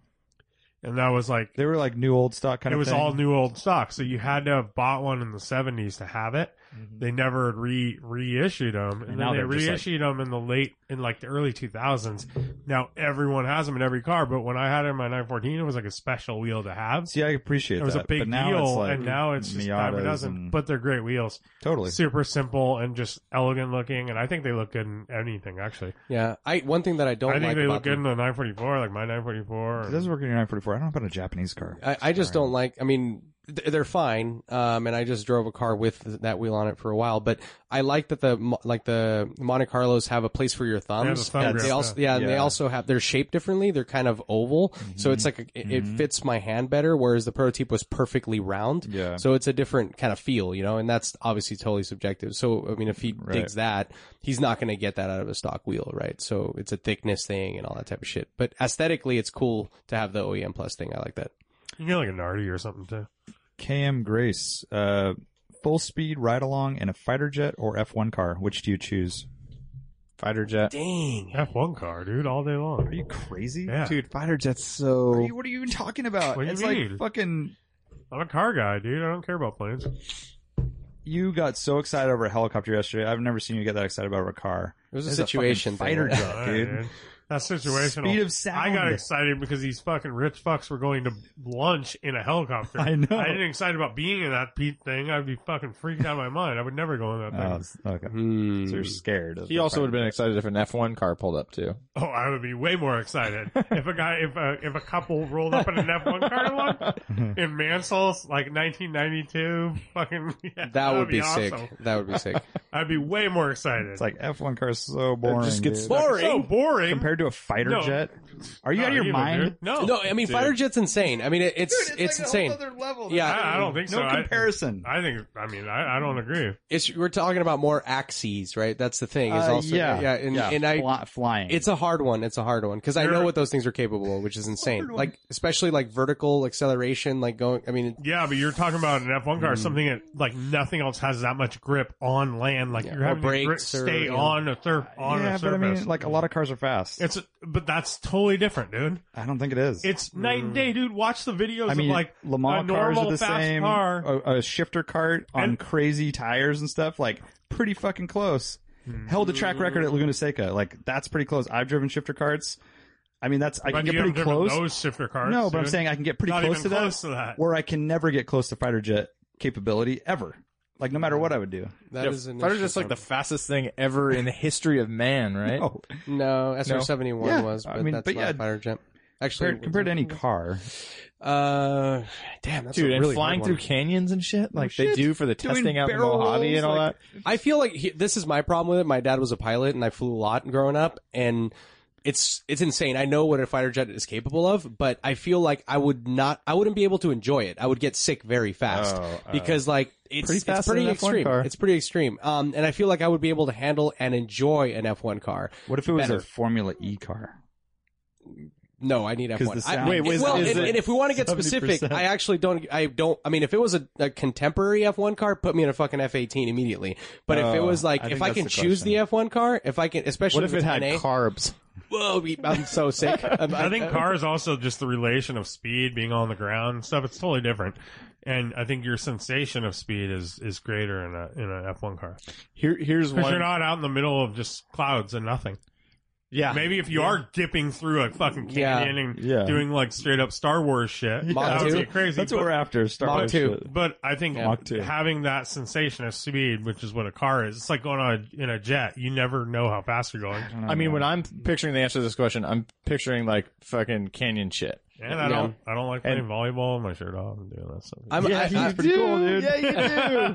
[SPEAKER 5] and that was like
[SPEAKER 1] they were like new old stock kind
[SPEAKER 5] it
[SPEAKER 1] of.
[SPEAKER 5] was
[SPEAKER 1] thing.
[SPEAKER 5] all new old stock. So you had to have bought one in the 70s to have it.
[SPEAKER 1] Mhm.
[SPEAKER 5] They never re reissued them, and,
[SPEAKER 1] now
[SPEAKER 5] then they
[SPEAKER 1] they're just like-
[SPEAKER 5] reissued them in the late in like the early 2000s. Now everyone has them in every car, but when I had it in my 914, it was like a special wheel to have.
[SPEAKER 1] See, I appreciate
[SPEAKER 5] It was
[SPEAKER 1] that.
[SPEAKER 5] a big
[SPEAKER 1] but now
[SPEAKER 5] deal,
[SPEAKER 1] it's like
[SPEAKER 5] and now it's just dime a
[SPEAKER 1] Miatas
[SPEAKER 5] dozen.
[SPEAKER 1] and-
[SPEAKER 5] But they're great wheels,
[SPEAKER 1] totally.
[SPEAKER 5] super simple and just elegant looking, and I think they look good in anything. Actually,
[SPEAKER 8] yeah. I one thing that I don't
[SPEAKER 5] I think
[SPEAKER 8] like
[SPEAKER 5] they
[SPEAKER 8] about
[SPEAKER 5] look good
[SPEAKER 8] them-
[SPEAKER 5] in the 944, like my 944.
[SPEAKER 1] It doesn't work in your 944. I don't know about a Japanese car.
[SPEAKER 8] I, I just don't like. I mean, th- they're fine. Um, and I just drove a car with th- that wheel on it for a while, but I like that the mo- like the Monte Carlos have a place for your
[SPEAKER 5] have a
[SPEAKER 8] thumbs.
[SPEAKER 5] thumb
[SPEAKER 8] and
[SPEAKER 5] grip,
[SPEAKER 8] they also
[SPEAKER 5] yeah.
[SPEAKER 8] yeah, and they
[SPEAKER 1] Yeah. Mm-hmm.
[SPEAKER 8] also have they're shaped differently. They're kind of oval, so it's like a, it, it fits my hand better. Whereas the prototype was perfectly round.
[SPEAKER 1] Yeah.
[SPEAKER 8] So it's a different kind of feel, you know, and that's obviously totally subjective. So I mean, if he
[SPEAKER 1] Right.
[SPEAKER 8] digs that, he's not going to get that out of a stock wheel, right? So it's a thickness thing and all that type of shit. But aesthetically, it's cool to have the OEM plus thing. I like that.
[SPEAKER 5] You can get like a Nardi or something too.
[SPEAKER 1] KM Grace, uh, full speed ride along in a fighter jet or F1 car. Which do you choose?
[SPEAKER 4] Fighter jet.
[SPEAKER 8] Dang.
[SPEAKER 5] F1 car, dude, all day
[SPEAKER 1] Are
[SPEAKER 5] long.
[SPEAKER 1] you crazy?
[SPEAKER 5] Yeah,
[SPEAKER 7] Dude, fighter jet's
[SPEAKER 1] What are
[SPEAKER 7] so.
[SPEAKER 1] you, what are you even talking about?
[SPEAKER 5] What do you
[SPEAKER 1] it's
[SPEAKER 5] mean?
[SPEAKER 1] like fucking.
[SPEAKER 5] I'm a car guy, dude. I don't care about planes.
[SPEAKER 1] You got so excited over a helicopter yesterday. I've never seen you get that excited over a car.
[SPEAKER 8] It was a
[SPEAKER 1] This is a
[SPEAKER 8] situation.
[SPEAKER 1] fucking
[SPEAKER 8] thing.
[SPEAKER 1] fighter jet.
[SPEAKER 5] All right,
[SPEAKER 1] dude.
[SPEAKER 5] That's situational.
[SPEAKER 1] Speed of sound.
[SPEAKER 5] I got excited because these fucking rich fucks were going to lunch in a helicopter.
[SPEAKER 1] I know.
[SPEAKER 5] I didn't excited about being in that Pete thing. I'd be fucking freaked out of my mind. I would never go in that
[SPEAKER 1] Oh,
[SPEAKER 5] thing.
[SPEAKER 1] it's- okay.
[SPEAKER 8] Hmm.
[SPEAKER 1] So you're scared. Of
[SPEAKER 4] He
[SPEAKER 1] the
[SPEAKER 4] also
[SPEAKER 1] fighter
[SPEAKER 4] would have been
[SPEAKER 1] jet.
[SPEAKER 4] excited if an F1 car pulled up, too.
[SPEAKER 5] Oh, I would be way more excited if a guy, if a if a couple rolled up in an F one car one in Mansell's like 1992. Fucking yeah,
[SPEAKER 8] That
[SPEAKER 5] that'd
[SPEAKER 8] would be sick.
[SPEAKER 5] awesome.
[SPEAKER 8] That would be sick.
[SPEAKER 5] I'd be way more excited.
[SPEAKER 1] It's like F1 cars so boring.
[SPEAKER 7] just gets
[SPEAKER 1] dude.
[SPEAKER 7] stuck.
[SPEAKER 5] It's so boring.
[SPEAKER 1] Compared to a fighter
[SPEAKER 5] No.
[SPEAKER 1] jet, are you
[SPEAKER 5] No,
[SPEAKER 1] out of your
[SPEAKER 5] you don't,
[SPEAKER 1] mind?
[SPEAKER 5] dude. No,
[SPEAKER 8] no, I mean fighter jet's insane. I mean, it, it's
[SPEAKER 1] Dude,
[SPEAKER 8] it's,
[SPEAKER 1] like
[SPEAKER 8] insane.
[SPEAKER 1] A whole other level.
[SPEAKER 8] Yeah.
[SPEAKER 5] I, I don't think
[SPEAKER 1] no
[SPEAKER 5] so. I-
[SPEAKER 1] comparison.
[SPEAKER 5] I think. I mean, I, I don't agree.
[SPEAKER 8] It's we're talking about more axes, right? That's the thing. Is
[SPEAKER 1] Uh,
[SPEAKER 8] also
[SPEAKER 1] yeah.
[SPEAKER 8] yeah, and, and I
[SPEAKER 1] Fly- flying.
[SPEAKER 8] It's a hard one. It's a hard one because I know
[SPEAKER 5] Sure.
[SPEAKER 8] what those things are capable of, which is insane. Like especially like vertical acceleration, like going. I mean,
[SPEAKER 5] Yeah, but you're talking about an F1
[SPEAKER 1] Mm.
[SPEAKER 5] car, something that like nothing else has that much grip on land. Like
[SPEAKER 8] Yeah,
[SPEAKER 5] you're
[SPEAKER 8] or
[SPEAKER 5] having to gri-
[SPEAKER 8] brakes or,
[SPEAKER 5] stay
[SPEAKER 8] you know.
[SPEAKER 5] on a surf on
[SPEAKER 1] yeah,
[SPEAKER 5] a
[SPEAKER 1] but I
[SPEAKER 5] surface.
[SPEAKER 1] mean, like a lot of cars are fast.
[SPEAKER 5] it's but that's totally different, dude.
[SPEAKER 1] I don't think it is.
[SPEAKER 5] It's night and day, dude. Watch the videos
[SPEAKER 1] Mm. I mean,
[SPEAKER 5] of like
[SPEAKER 1] Le Mans
[SPEAKER 5] a
[SPEAKER 1] cars
[SPEAKER 5] normal
[SPEAKER 1] are the
[SPEAKER 5] fast
[SPEAKER 1] same.
[SPEAKER 5] car.
[SPEAKER 1] A, a shifter cart on
[SPEAKER 5] And-
[SPEAKER 1] crazy tires and stuff, like pretty fucking close.
[SPEAKER 5] Hmm.
[SPEAKER 1] Held a track record at Laguna Seca, like that's pretty close. I've driven shifter carts. I mean, that's I
[SPEAKER 5] But
[SPEAKER 1] can
[SPEAKER 5] you
[SPEAKER 1] get
[SPEAKER 5] haven't
[SPEAKER 1] pretty
[SPEAKER 5] driven
[SPEAKER 1] close.
[SPEAKER 5] Those shifter cars.
[SPEAKER 1] no, but I'm
[SPEAKER 5] dude.
[SPEAKER 1] saying I can get pretty
[SPEAKER 5] Not
[SPEAKER 1] close
[SPEAKER 5] even
[SPEAKER 1] to that,
[SPEAKER 5] close to that.
[SPEAKER 1] or I can never get close to fighter jet capability ever. Like no mater what I would do.
[SPEAKER 8] that
[SPEAKER 4] Yeah,
[SPEAKER 8] is an
[SPEAKER 4] fighter
[SPEAKER 8] interesting
[SPEAKER 4] jet's like the
[SPEAKER 8] one.
[SPEAKER 4] fastest thing ever in the history of man, right?
[SPEAKER 1] Oh,
[SPEAKER 8] no SR seventy one
[SPEAKER 1] Yeah,
[SPEAKER 8] was,
[SPEAKER 1] I
[SPEAKER 8] but
[SPEAKER 1] mean,
[SPEAKER 8] that's
[SPEAKER 1] but
[SPEAKER 8] not
[SPEAKER 1] yeah,
[SPEAKER 8] a fighter jet. Actually,
[SPEAKER 1] compared, compared to any car,
[SPEAKER 8] uh, damn, that's
[SPEAKER 4] Dude,
[SPEAKER 8] a
[SPEAKER 4] and
[SPEAKER 8] really hard
[SPEAKER 4] flying
[SPEAKER 8] one.
[SPEAKER 4] through canyons and shit, like they
[SPEAKER 1] shit.
[SPEAKER 4] do for the
[SPEAKER 1] Doing
[SPEAKER 4] testing out in
[SPEAKER 1] barrel
[SPEAKER 4] Mojave and all
[SPEAKER 1] rolls, like-
[SPEAKER 4] that.
[SPEAKER 8] I feel like he, this is my problem with it. My dad was a pilot, and I flew a lot growing up, and it's it's insane. I know what a fighter jet is capable of, but I feel like I would not, I wouldn't be able to enjoy it. I would get sick very fast
[SPEAKER 4] Oh,
[SPEAKER 8] because like it's
[SPEAKER 4] Pretty
[SPEAKER 8] pretty,
[SPEAKER 4] fast
[SPEAKER 8] it's pretty
[SPEAKER 4] in an F1
[SPEAKER 8] extreme.
[SPEAKER 4] car.
[SPEAKER 8] It's pretty extreme. Um, and I feel like I would be able to handle and enjoy an F one car.
[SPEAKER 1] what if it was
[SPEAKER 8] Better.
[SPEAKER 1] a Formula E car?
[SPEAKER 8] No, I need
[SPEAKER 1] 'Cause
[SPEAKER 8] F1.
[SPEAKER 1] the
[SPEAKER 8] I-
[SPEAKER 1] sound- Wait,
[SPEAKER 4] was-
[SPEAKER 8] well,
[SPEAKER 4] is
[SPEAKER 8] and,
[SPEAKER 4] it
[SPEAKER 8] and if we want to get specific,
[SPEAKER 1] 70%?
[SPEAKER 8] I actually don't. I don't. I mean, if it was a, a contemporary F1 car, put me in a fucking F18 immediately. But if it
[SPEAKER 1] Oh,
[SPEAKER 8] was like,
[SPEAKER 1] I
[SPEAKER 8] if
[SPEAKER 1] think
[SPEAKER 8] I
[SPEAKER 1] that's
[SPEAKER 8] can
[SPEAKER 1] the
[SPEAKER 8] choose the F1 car, if I can, especially
[SPEAKER 4] What if it
[SPEAKER 8] it's
[SPEAKER 4] had
[SPEAKER 8] NA,
[SPEAKER 4] carbs?
[SPEAKER 8] Whoa, we- I'm so sick. I'm-
[SPEAKER 5] I think car is also just the relation of speed being on the ground and stuff. It's totally different. And I think your sensation of speed is, is greater in a in an F one car
[SPEAKER 4] Here, here's
[SPEAKER 5] because
[SPEAKER 4] one.
[SPEAKER 5] you're not out in the middle of just clouds and nothing.
[SPEAKER 4] yeah,
[SPEAKER 5] Maybe if you are dipping through a fucking canyon
[SPEAKER 8] Yeah.
[SPEAKER 5] and
[SPEAKER 1] Yeah.
[SPEAKER 5] doing like straight up Star Wars shit, that would
[SPEAKER 8] two.
[SPEAKER 5] be crazy.
[SPEAKER 1] That's
[SPEAKER 5] but,
[SPEAKER 1] what we're after. Star
[SPEAKER 8] Mach
[SPEAKER 1] Wars
[SPEAKER 8] two.
[SPEAKER 1] shit.
[SPEAKER 5] but I think
[SPEAKER 1] Mach two.
[SPEAKER 5] having that sensation of speed, which is what a car is, it's like going on a, in a jet. You never know how fast you're going.
[SPEAKER 1] don't
[SPEAKER 4] I mean,
[SPEAKER 1] know.
[SPEAKER 4] when I'm picturing the answer to this question, I'm picturing like fucking canyon shit.
[SPEAKER 5] And I don't, I don't like playing volleyball with my shirt off and doing that stuff.
[SPEAKER 8] I'm, I, I,
[SPEAKER 1] pretty cool, dude.
[SPEAKER 4] Yeah, you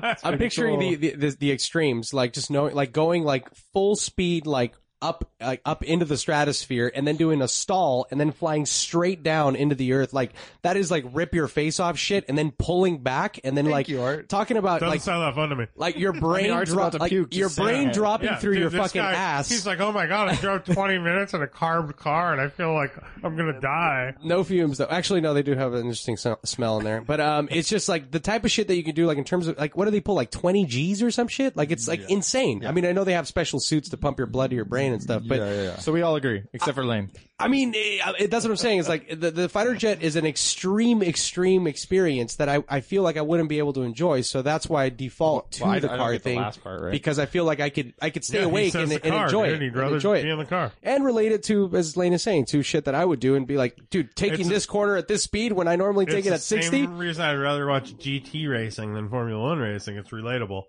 [SPEAKER 4] do.
[SPEAKER 8] I'm picturing the, the, the the extremes, like just knowing, like going like full speed, like up like up into the stratosphere, and then doing a stall, and then flying straight down into the earth. Like that is like rip your face off shit, and then pulling back, and then like talking about
[SPEAKER 5] Doesn't
[SPEAKER 8] like
[SPEAKER 5] sound that fun to me.
[SPEAKER 8] like your brain
[SPEAKER 4] Art's
[SPEAKER 8] dro-
[SPEAKER 4] about to
[SPEAKER 8] like,
[SPEAKER 4] puke
[SPEAKER 8] your
[SPEAKER 4] just
[SPEAKER 8] brain
[SPEAKER 4] saying it.
[SPEAKER 8] dropping
[SPEAKER 5] Yeah,
[SPEAKER 8] through
[SPEAKER 5] dude,
[SPEAKER 8] your
[SPEAKER 5] this
[SPEAKER 8] fucking
[SPEAKER 5] guy,
[SPEAKER 8] ass.
[SPEAKER 5] He's like, oh my god, I drove 20 minutes in a carved car, and I feel like I'm gonna die.
[SPEAKER 8] no fumes though. Actually, no, they do have an interesting sm- smell in there. But um, it's just like the type of shit that you can do, like in terms of like what do they pull, like twenty G's or some shit? Like it's like insane. I mean, I know they have special suits to pump your blood to your brain and stuff, but
[SPEAKER 1] yeah, yeah, yeah.
[SPEAKER 4] So we all agree, except for Lane.
[SPEAKER 8] I mean, eh, eh, that's what I'm saying. It's like the, the fighter jet is an extreme, extreme experience that I, I feel like I wouldn't be able to enjoy. So that's why I default to
[SPEAKER 4] Well, I-
[SPEAKER 8] the
[SPEAKER 4] I don't
[SPEAKER 8] car
[SPEAKER 4] get the
[SPEAKER 8] thing
[SPEAKER 4] last part, right?
[SPEAKER 8] because I feel like I could I could stay
[SPEAKER 5] Yeah, he
[SPEAKER 8] awake
[SPEAKER 5] says
[SPEAKER 8] and,
[SPEAKER 5] the
[SPEAKER 8] and
[SPEAKER 5] car,
[SPEAKER 8] enjoy
[SPEAKER 5] dude,
[SPEAKER 8] it,
[SPEAKER 5] He'd
[SPEAKER 8] and
[SPEAKER 5] rather
[SPEAKER 8] enjoy
[SPEAKER 5] be in
[SPEAKER 8] it,
[SPEAKER 5] the car.
[SPEAKER 8] and relate it to as Lane is saying to shit that I would do and be like, dude, taking
[SPEAKER 5] It's a-
[SPEAKER 8] this corner at this speed when I normally take
[SPEAKER 5] it's
[SPEAKER 8] it
[SPEAKER 5] the
[SPEAKER 8] at sixty.
[SPEAKER 5] Same reason I'd rather watch GT racing than Formula One racing. It's relatable.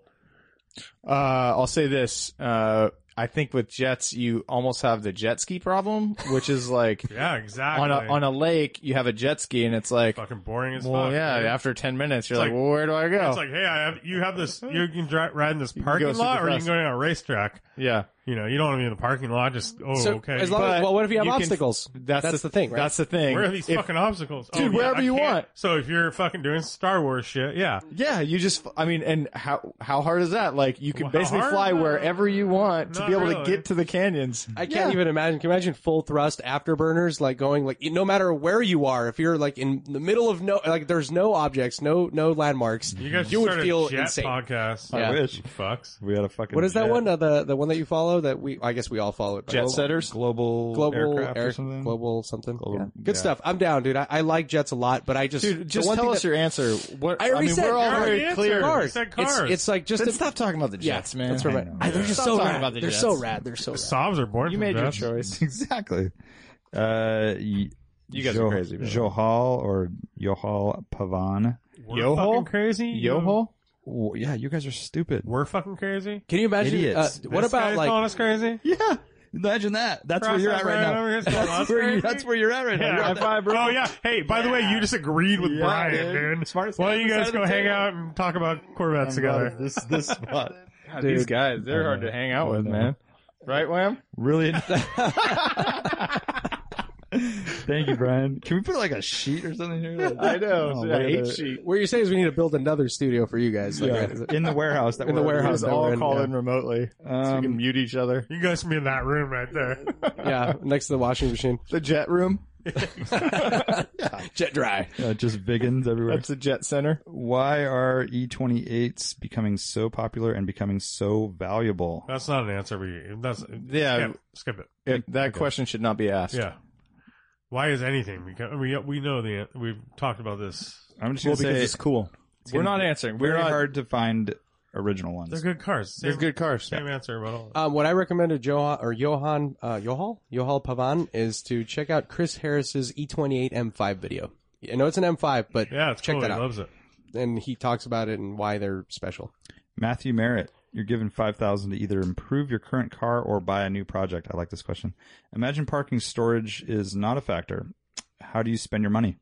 [SPEAKER 4] Uh, I'll say this. Uh, I think with jets, you almost have the jet ski problem, which is like
[SPEAKER 5] Yeah, exactly.
[SPEAKER 4] on a on a lake, you have a jet ski, and it's like,
[SPEAKER 5] fucking boring as
[SPEAKER 4] well,
[SPEAKER 5] fuck.
[SPEAKER 4] yeah.
[SPEAKER 5] dude.
[SPEAKER 4] After ten minutes, you're
[SPEAKER 5] It's
[SPEAKER 4] like,
[SPEAKER 5] like-
[SPEAKER 4] well, where do I go?
[SPEAKER 5] It's like, hey, I have you have this. You can dri ride in this
[SPEAKER 4] can go
[SPEAKER 5] parking
[SPEAKER 4] super
[SPEAKER 5] lot, or you
[SPEAKER 4] fast.
[SPEAKER 5] can go on a racetrack.
[SPEAKER 4] yeah,
[SPEAKER 5] You know, you don't want to be in the parking lot. Just oh,
[SPEAKER 8] So
[SPEAKER 5] okay.
[SPEAKER 8] as long
[SPEAKER 4] but
[SPEAKER 8] as well, what if you have
[SPEAKER 4] you can-
[SPEAKER 8] obstacles?
[SPEAKER 4] that's,
[SPEAKER 8] That's the thing, right?
[SPEAKER 4] That's the thing.
[SPEAKER 5] where are these
[SPEAKER 4] If-
[SPEAKER 5] fucking obstacles,
[SPEAKER 4] Dude,
[SPEAKER 5] Oh, yeah,
[SPEAKER 4] wherever
[SPEAKER 5] I
[SPEAKER 4] you
[SPEAKER 5] can't-
[SPEAKER 4] want.
[SPEAKER 5] So if you're fucking doing Star Wars shit, yeah,
[SPEAKER 4] Yeah, you just. I mean, and how how hard is that? Like, you can
[SPEAKER 5] Well, how
[SPEAKER 4] basically
[SPEAKER 5] hard?
[SPEAKER 4] fly wherever you want to
[SPEAKER 5] Not
[SPEAKER 4] be able
[SPEAKER 5] really.
[SPEAKER 4] to get to the canyons.
[SPEAKER 8] I can't even imagine. Can you imagine full thrust afterburners like going like no matter where you are, if you're like in the middle of no like there's no objects, no no landmarks,
[SPEAKER 5] you guys
[SPEAKER 8] you
[SPEAKER 5] should
[SPEAKER 8] would
[SPEAKER 5] start
[SPEAKER 8] feel
[SPEAKER 5] a jet
[SPEAKER 8] insane.
[SPEAKER 5] podcast.
[SPEAKER 1] I
[SPEAKER 8] Yeah.
[SPEAKER 1] wish
[SPEAKER 5] Fucks.
[SPEAKER 1] we had a fucking.
[SPEAKER 8] What is that
[SPEAKER 1] jet.
[SPEAKER 8] one? Uh, the the one that you follow that we I guess we all follow it.
[SPEAKER 4] Jet
[SPEAKER 8] Global-
[SPEAKER 4] setters.
[SPEAKER 1] Global,
[SPEAKER 8] global
[SPEAKER 1] aircraft
[SPEAKER 8] air-
[SPEAKER 1] or something.
[SPEAKER 8] global something.
[SPEAKER 1] Global-
[SPEAKER 8] Yeah. Good
[SPEAKER 1] yeah.
[SPEAKER 8] stuff. I'm down, dude. I, I like jets a lot, but I just the
[SPEAKER 4] Dude, just
[SPEAKER 8] one
[SPEAKER 4] tell
[SPEAKER 8] thing
[SPEAKER 4] us
[SPEAKER 8] that-
[SPEAKER 4] your answer. What
[SPEAKER 8] I already
[SPEAKER 4] mean,
[SPEAKER 8] said
[SPEAKER 4] we're all
[SPEAKER 8] I
[SPEAKER 5] already
[SPEAKER 4] very
[SPEAKER 5] answered.
[SPEAKER 4] clear.
[SPEAKER 5] Cars.
[SPEAKER 8] Cars.
[SPEAKER 5] You said
[SPEAKER 8] It's-
[SPEAKER 5] cars.
[SPEAKER 8] It's, like just
[SPEAKER 4] Then
[SPEAKER 8] a-
[SPEAKER 4] stop talking about the
[SPEAKER 8] Yeah,
[SPEAKER 4] Jets, man.
[SPEAKER 8] That's right.
[SPEAKER 1] know.
[SPEAKER 8] I- They're just
[SPEAKER 4] Stop
[SPEAKER 8] so
[SPEAKER 4] talking
[SPEAKER 8] rad.
[SPEAKER 4] about the
[SPEAKER 8] They're
[SPEAKER 4] Jets.
[SPEAKER 8] so rad. They're so rad.
[SPEAKER 5] Sobs are born.
[SPEAKER 4] You
[SPEAKER 5] from
[SPEAKER 4] made your
[SPEAKER 5] jets.
[SPEAKER 4] choice.
[SPEAKER 1] Exactly. Uh, you
[SPEAKER 4] You guys are crazy, by the way.
[SPEAKER 1] Johal or Johal Pavan.
[SPEAKER 5] We're
[SPEAKER 4] Yoho?
[SPEAKER 5] fucking crazy.
[SPEAKER 4] Yoho.
[SPEAKER 1] Oh, yeah, you guys are stupid.
[SPEAKER 5] We're fucking crazy.
[SPEAKER 8] Can you imagine? Uh,
[SPEAKER 1] Idiots.
[SPEAKER 8] what
[SPEAKER 5] This
[SPEAKER 8] about
[SPEAKER 5] guy's
[SPEAKER 8] like
[SPEAKER 5] calling us crazy?
[SPEAKER 1] Yeah, imagine that. That's where you're at right now.
[SPEAKER 5] Over here,
[SPEAKER 1] That's where, you, that's where you're at right now. You're
[SPEAKER 5] Yeah.
[SPEAKER 1] at that-
[SPEAKER 5] Oh yeah. Hey, by the way, you just agreed with
[SPEAKER 1] Yeah,
[SPEAKER 5] Brian,
[SPEAKER 1] dude.
[SPEAKER 5] dude.
[SPEAKER 1] Smartest
[SPEAKER 5] Why
[SPEAKER 1] guy
[SPEAKER 5] don't
[SPEAKER 1] on
[SPEAKER 5] you
[SPEAKER 1] the
[SPEAKER 5] guys
[SPEAKER 1] side of
[SPEAKER 5] go
[SPEAKER 1] the
[SPEAKER 5] hang
[SPEAKER 1] table.
[SPEAKER 5] out and talk about Corvettes together?
[SPEAKER 1] This this spot.
[SPEAKER 4] God, these guys, they're hard to hang out with, man. Right, Wham?
[SPEAKER 1] Really? Thank you, Brian. Can we put like a sheet or something here? Like,
[SPEAKER 4] I know.
[SPEAKER 1] Oh, look
[SPEAKER 4] Yeah,
[SPEAKER 1] at
[SPEAKER 4] hate
[SPEAKER 1] that.
[SPEAKER 4] sheet.
[SPEAKER 8] what you're saying is we need to build another studio for you guys. Like,
[SPEAKER 1] Yeah,
[SPEAKER 8] right?
[SPEAKER 1] in the warehouse. That
[SPEAKER 8] In the
[SPEAKER 1] we're-
[SPEAKER 8] warehouse.
[SPEAKER 4] Just
[SPEAKER 8] that we're
[SPEAKER 4] all
[SPEAKER 8] in,
[SPEAKER 4] call
[SPEAKER 8] yeah.
[SPEAKER 4] in remotely. so we can
[SPEAKER 1] Um,
[SPEAKER 4] mute each other.
[SPEAKER 5] You guys can be in that room right there.
[SPEAKER 8] yeah, next to the washing machine.
[SPEAKER 4] The jet room.
[SPEAKER 8] Jet dry.
[SPEAKER 1] uh, just vegans everywhere.
[SPEAKER 4] That's the jet center.
[SPEAKER 1] Why are E28s becoming so popular and becoming so valuable?
[SPEAKER 5] That's not an answer. We that's
[SPEAKER 1] Uh,
[SPEAKER 4] Yeah.
[SPEAKER 5] skip, skip it.
[SPEAKER 4] It- that question should not be asked.
[SPEAKER 5] Yeah. Why is anything? Because we we know the an- we've talked about this.
[SPEAKER 1] I'm just
[SPEAKER 4] Well,
[SPEAKER 1] gonna
[SPEAKER 4] because
[SPEAKER 1] say
[SPEAKER 4] it's cool. We're
[SPEAKER 1] gonna
[SPEAKER 4] not
[SPEAKER 1] be
[SPEAKER 4] answering. We're
[SPEAKER 1] very
[SPEAKER 4] not.
[SPEAKER 1] hard to find original ones.
[SPEAKER 5] They're good cars. Same,
[SPEAKER 4] There's good cars.
[SPEAKER 5] Same answer about all.
[SPEAKER 8] Um, what I recommend to Johan or Johan uh, Johal Johal Pavan is to check out Chris Harris's E E28 M5 video. I know it's an M5, but
[SPEAKER 5] yeah, it's
[SPEAKER 8] check
[SPEAKER 5] cool.
[SPEAKER 8] that
[SPEAKER 5] he
[SPEAKER 8] out.
[SPEAKER 5] loves it.
[SPEAKER 8] and he talks about it and why they're special.
[SPEAKER 1] Matthew Merritt, you're given five thousand to either improve your current car or buy a new project. I like this question. Imagine parking storage is not a factor. How do you spend your money?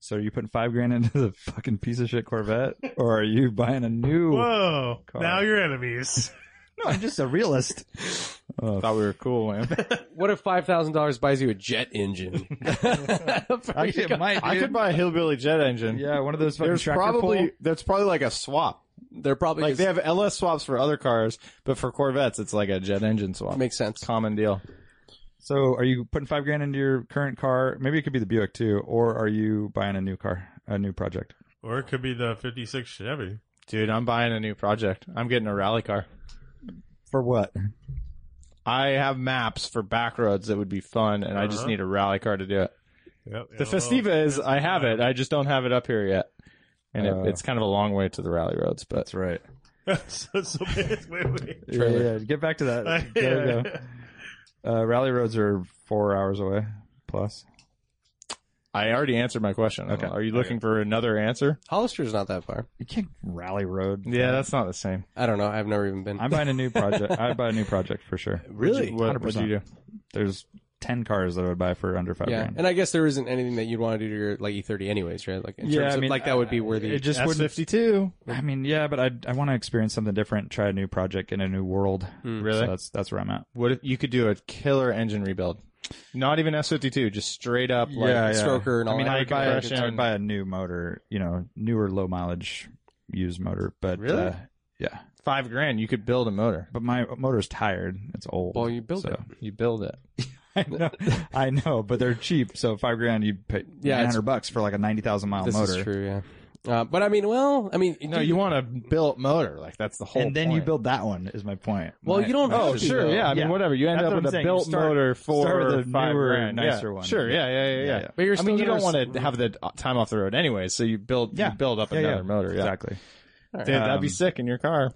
[SPEAKER 1] So are you putting five grand into the fucking piece of shit Corvette, or are you buying a new?
[SPEAKER 5] Whoa!
[SPEAKER 1] car.
[SPEAKER 5] Now you're enemies.
[SPEAKER 1] No, I'm just a realist.
[SPEAKER 4] I
[SPEAKER 1] uh,
[SPEAKER 4] thought we were cool, man.
[SPEAKER 8] What if five thousand dollars buys you a jet engine?
[SPEAKER 1] Actually, it might.
[SPEAKER 4] I
[SPEAKER 1] dude.
[SPEAKER 4] could buy a hillbilly jet engine.
[SPEAKER 1] Yeah, one of those fucking
[SPEAKER 4] There's
[SPEAKER 1] tractor
[SPEAKER 4] probably
[SPEAKER 1] pull-
[SPEAKER 4] that's probably like a swap.
[SPEAKER 8] They're probably
[SPEAKER 4] Like
[SPEAKER 8] just-
[SPEAKER 4] they have LS swaps for other cars, but for Corvettes, it's like a jet engine swap.
[SPEAKER 8] makes sense.
[SPEAKER 4] common deal.
[SPEAKER 1] So, are you putting five grand into your current car? Maybe it could be the Buick too, or are you buying a new car, a new project?
[SPEAKER 5] Or it could be the 56 Chevy.
[SPEAKER 4] Dude, I'm buying a new project. I'm getting a rally car.
[SPEAKER 1] For what?
[SPEAKER 4] I have maps for back roads that would be fun, and I just
[SPEAKER 5] Uh-huh.
[SPEAKER 4] need a rally car to do it.
[SPEAKER 5] Yep,
[SPEAKER 4] The Festiva is, I have it. I just don't have it up here yet. And
[SPEAKER 1] Uh,
[SPEAKER 4] it, it's kind of a long way to the rally roads, but
[SPEAKER 1] That's right.
[SPEAKER 5] so, so, wait, wait.
[SPEAKER 1] Yeah, yeah. Get back to that. There you go. Uh, rally roads are four hours away plus.
[SPEAKER 4] I already answered my question.
[SPEAKER 1] Okay.
[SPEAKER 4] Are you looking for another answer?
[SPEAKER 8] Hollister's not that far.
[SPEAKER 1] You can't rally road.
[SPEAKER 4] Yeah, that's not the same.
[SPEAKER 8] I don't know. I've never even been.
[SPEAKER 1] I'm buying a new project. I'd buy a new project for sure.
[SPEAKER 8] really?
[SPEAKER 4] What, what do you do?
[SPEAKER 1] There's ten cars that I would buy for under five
[SPEAKER 8] Yeah,
[SPEAKER 1] grand.
[SPEAKER 8] and I guess there isn't anything that you'd want to do to your like E30 anyways, right? Like in
[SPEAKER 1] Yeah,
[SPEAKER 8] terms
[SPEAKER 1] I
[SPEAKER 8] of
[SPEAKER 1] mean,
[SPEAKER 8] like that would
[SPEAKER 4] uh,
[SPEAKER 8] be worthy.
[SPEAKER 1] it just
[SPEAKER 4] S
[SPEAKER 1] wouldn't.
[SPEAKER 4] fifty two.
[SPEAKER 1] I mean, yeah, but I I want to experience something different, try a new project in a new world.
[SPEAKER 4] Really?
[SPEAKER 1] So that's that's where I'm at.
[SPEAKER 4] What if you could do a killer engine rebuild? Not even S fifty two, just straight up like
[SPEAKER 1] Yeah, yeah.
[SPEAKER 8] stroker and all
[SPEAKER 1] I mean,
[SPEAKER 8] that.
[SPEAKER 1] I would, buy a, I
[SPEAKER 4] compression.
[SPEAKER 1] would buy a new motor, you know, newer low mileage used motor, but
[SPEAKER 4] Really?
[SPEAKER 1] uh, yeah.
[SPEAKER 4] five grand. You could build a motor.
[SPEAKER 1] But my motor's tired; it's old.
[SPEAKER 8] Well, you build it.
[SPEAKER 4] You build it.
[SPEAKER 1] I know, I know, but they're cheap. So five grand, you'd pay
[SPEAKER 8] Yeah,
[SPEAKER 1] nine
[SPEAKER 8] it's-
[SPEAKER 1] hundred bucks for like a ninety thousand mile
[SPEAKER 8] this
[SPEAKER 1] motor.
[SPEAKER 8] is true, yeah. Uh, but I mean, well, I mean,
[SPEAKER 4] No, you want a built motor. Like that's the whole
[SPEAKER 1] And then you
[SPEAKER 4] point.
[SPEAKER 1] build that one. Is my point.
[SPEAKER 8] Well,
[SPEAKER 1] My-
[SPEAKER 8] you don't.
[SPEAKER 4] Oh
[SPEAKER 8] have to,
[SPEAKER 4] sure,
[SPEAKER 8] though.
[SPEAKER 4] yeah. I mean,
[SPEAKER 1] Yeah.
[SPEAKER 4] whatever. You end
[SPEAKER 1] That's what
[SPEAKER 4] up
[SPEAKER 1] I'm
[SPEAKER 4] with a
[SPEAKER 1] saying. You
[SPEAKER 4] built
[SPEAKER 1] start-
[SPEAKER 4] motor for
[SPEAKER 1] start with a
[SPEAKER 4] five
[SPEAKER 1] newer,
[SPEAKER 4] grand.
[SPEAKER 1] nicer
[SPEAKER 4] yeah.
[SPEAKER 1] one.
[SPEAKER 4] Sure, yeah, yeah, yeah, yeah.
[SPEAKER 1] Yeah, yeah.
[SPEAKER 8] But you're
[SPEAKER 4] I
[SPEAKER 8] still
[SPEAKER 4] mean, you
[SPEAKER 8] gonna s-
[SPEAKER 4] don't want to have the uh, time off the road anyway, so you build,
[SPEAKER 1] Yeah.
[SPEAKER 4] you build up
[SPEAKER 1] Yeah,
[SPEAKER 4] another
[SPEAKER 1] yeah.
[SPEAKER 4] motor. Yeah,
[SPEAKER 1] exactly.
[SPEAKER 4] Dude, that'd be
[SPEAKER 1] Um,
[SPEAKER 4] sick in your car.